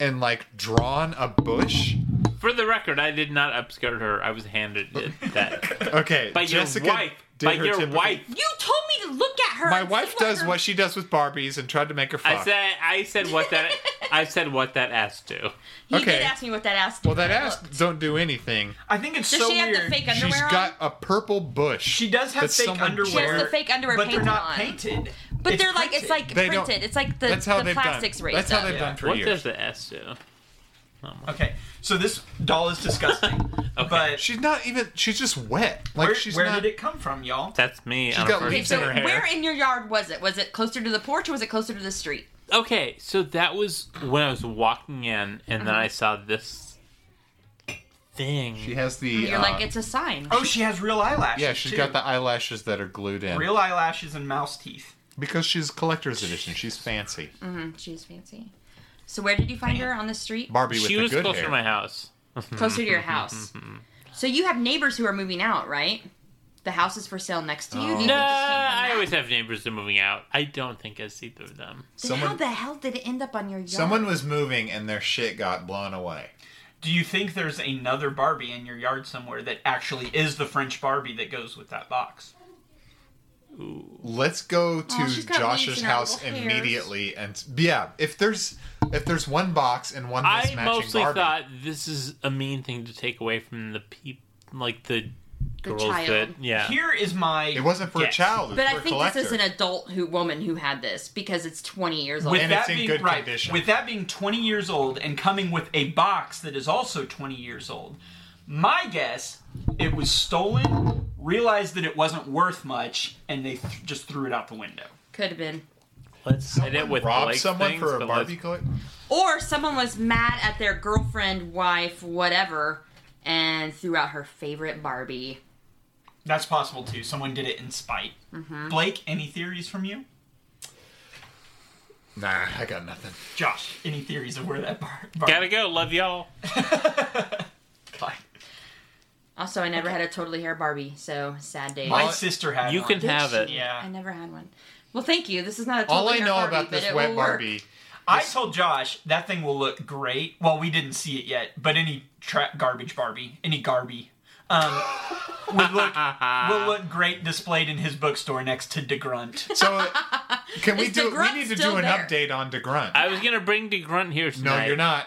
and like drawn a bush. For the record, I did not upskirt her. I was handed it, that. Okay, By your Jessica wife. did By her your typical- wife. You told me to look at her. My and wife see does her- what she does with Barbies and tried to make her fuck. I said. I said what that. I said what that ass do. He okay. did ask me what that ass. did well, that when I ass looked. don't do anything. I think it's Does so she have weird. the fake She's underwear got on? a purple bush. She does have that fake someone underwear. She has the fake underwear but they're painted not on. painted. But It's they're like, it's like printed. They don't- printed. It's like the, That's how the they've plastics done. raised That's how up. they've done for What years. does the ass do? Oh my- okay. So this doll is disgusting. But She's not even. She's just wet. Like where, she's where not. did it come from, y'all? That's me. She's on a got first Okay, leaves so in her hair. where in your yard was it? Was it closer to the porch or was it closer to the street? Okay, so that was when I was walking in, and then I saw this thing. She has the. You're uh, like, it's a sign. Oh, she has real eyelashes. yeah, she's too. got the eyelashes that are glued in real eyelashes and mouse teeth. because she's collector's edition. She's fancy. Mm, she's fancy. So where did you find her on the street? Barbie with She the was good close hair. to my house. Closer to your Mm-hmm, house. So you have neighbors who are moving out, right? The house is for sale next to you. Oh. Do you think No, it just came from I that? always have neighbors that are moving out. I don't think I see through them. Then how Someone- the hell did it end up on your yard? Someone was moving and their shit got blown away. Do you think there's another Barbie in your yard somewhere that actually is the French Barbie that goes with that box? Let's go to Aw, she's got leaves Josh's in her house little hairs. immediately and yeah, if there's if there's one box and one mismatching I mostly Barbie, thought this is a mean thing to take away from the peop, like the, girls child. that yeah. Here is my. it wasn't for a guess. child. It was But for I a think collector. this is an adult who woman who had this because it's 20 years old. With And that it's in being, good right, condition. With that being 20 years old and coming with a box that is also 20 years old, my guess it was stolen, realized that it wasn't worth much, and they th- just threw it out the window. Could have been. Let's hit it Someone with robbed Blake's someone things, for a but Barbie let's- collector. Or someone was mad at their girlfriend, wife, whatever, and threw out her favorite Barbie. That's possible too. Someone did it in spite. Blake, any theories from you? Nah, I got nothing. Josh, any theories of where that bar? bar- Gotta go. Love y'all. Bye. Also, I never had a totally hair Barbie, so sad day. My All- sister had. You one. can have it. I Yeah. never had one. Well, thank you. This is not a totally All I hair know Barbie, about but this it wet will work. Barbie, I told Josh that thing will look great. Well, we didn't see it yet, but any tra- garbage Barbie, any Garby, um, would look will look great displayed in his bookstore next to DeGrunt. so can we Is do? We DeGrunt need to still do an there? update on DeGrunt. I was gonna bring DeGrunt here no, tonight. you're not.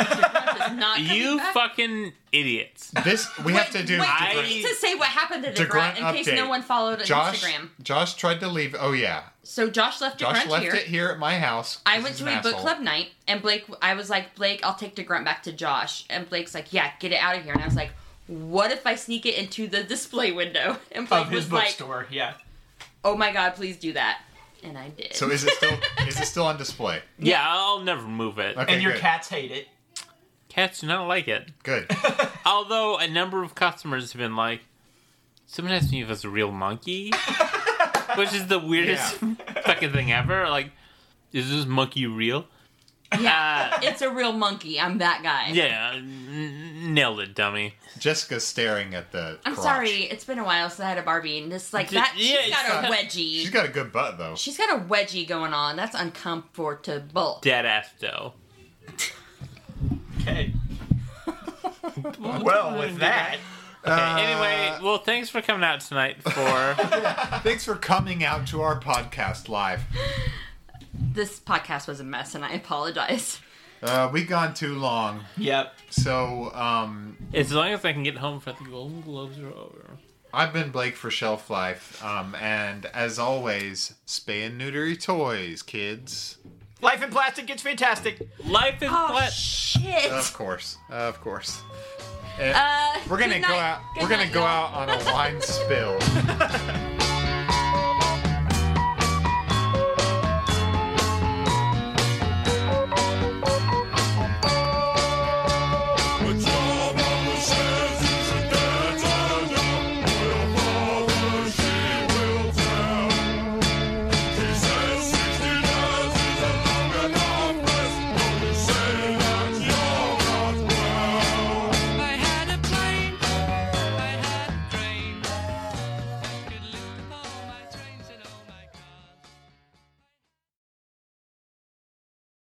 It's not coming You back. fucking idiots. This we have to do. Wait, DeGrunt. we need to say what happened to DeGrunt DeGrunt in case update. no one followed on Josh, Instagram. Josh tried to leave. Oh yeah, So Josh left DeGrunt Josh left here. it here at my house. I 'cause went he's to an a book asshole. club night, and Blake, I was like, Blake, I'll take DeGrunt back to Josh. And Blake's like, yeah, get it out of here. And I was like, what if I sneak it into the display window? And Blake Of his was like, bookstore, yeah. oh my god, please do that. And I did. So is it still is it still on display? Yeah, I'll never move it. Okay, And your good. cats hate it. Cats do not like it. Good. Although a number of customers have been like, someone asked me if I was a real monkey, which is the weirdest fucking thing ever. Like, is this monkey real? yeah, Uh, it's a real monkey. I'm that guy. Yeah, n- nailed it, dummy. Jessica's staring at the. I'm crotch. sorry, it's been a while since I had a Barbie, and it's like that. Yeah, she's got a wedgie. She's got a good butt though. She's got a wedgie going on. That's uncomfortable. Dead ass though. Okay. Well, with that, Okay, anyway, well, thanks for coming out tonight for. Thanks for coming out to our podcast live. This podcast was a mess, and I apologize. Uh, we've gone too long, yep. so um, as long as I can get home for the Golden Globes are over. I've been Blake for Shelf Life, um, and as always, spay and neuter your toys, kids. Life in plastic gets fantastic. Life is Oh flat. shit! Of course, of course. And Uh, Uh, we're gonna good go night- out. good we're gonna night, go y'all. out on a wine spill. Oh,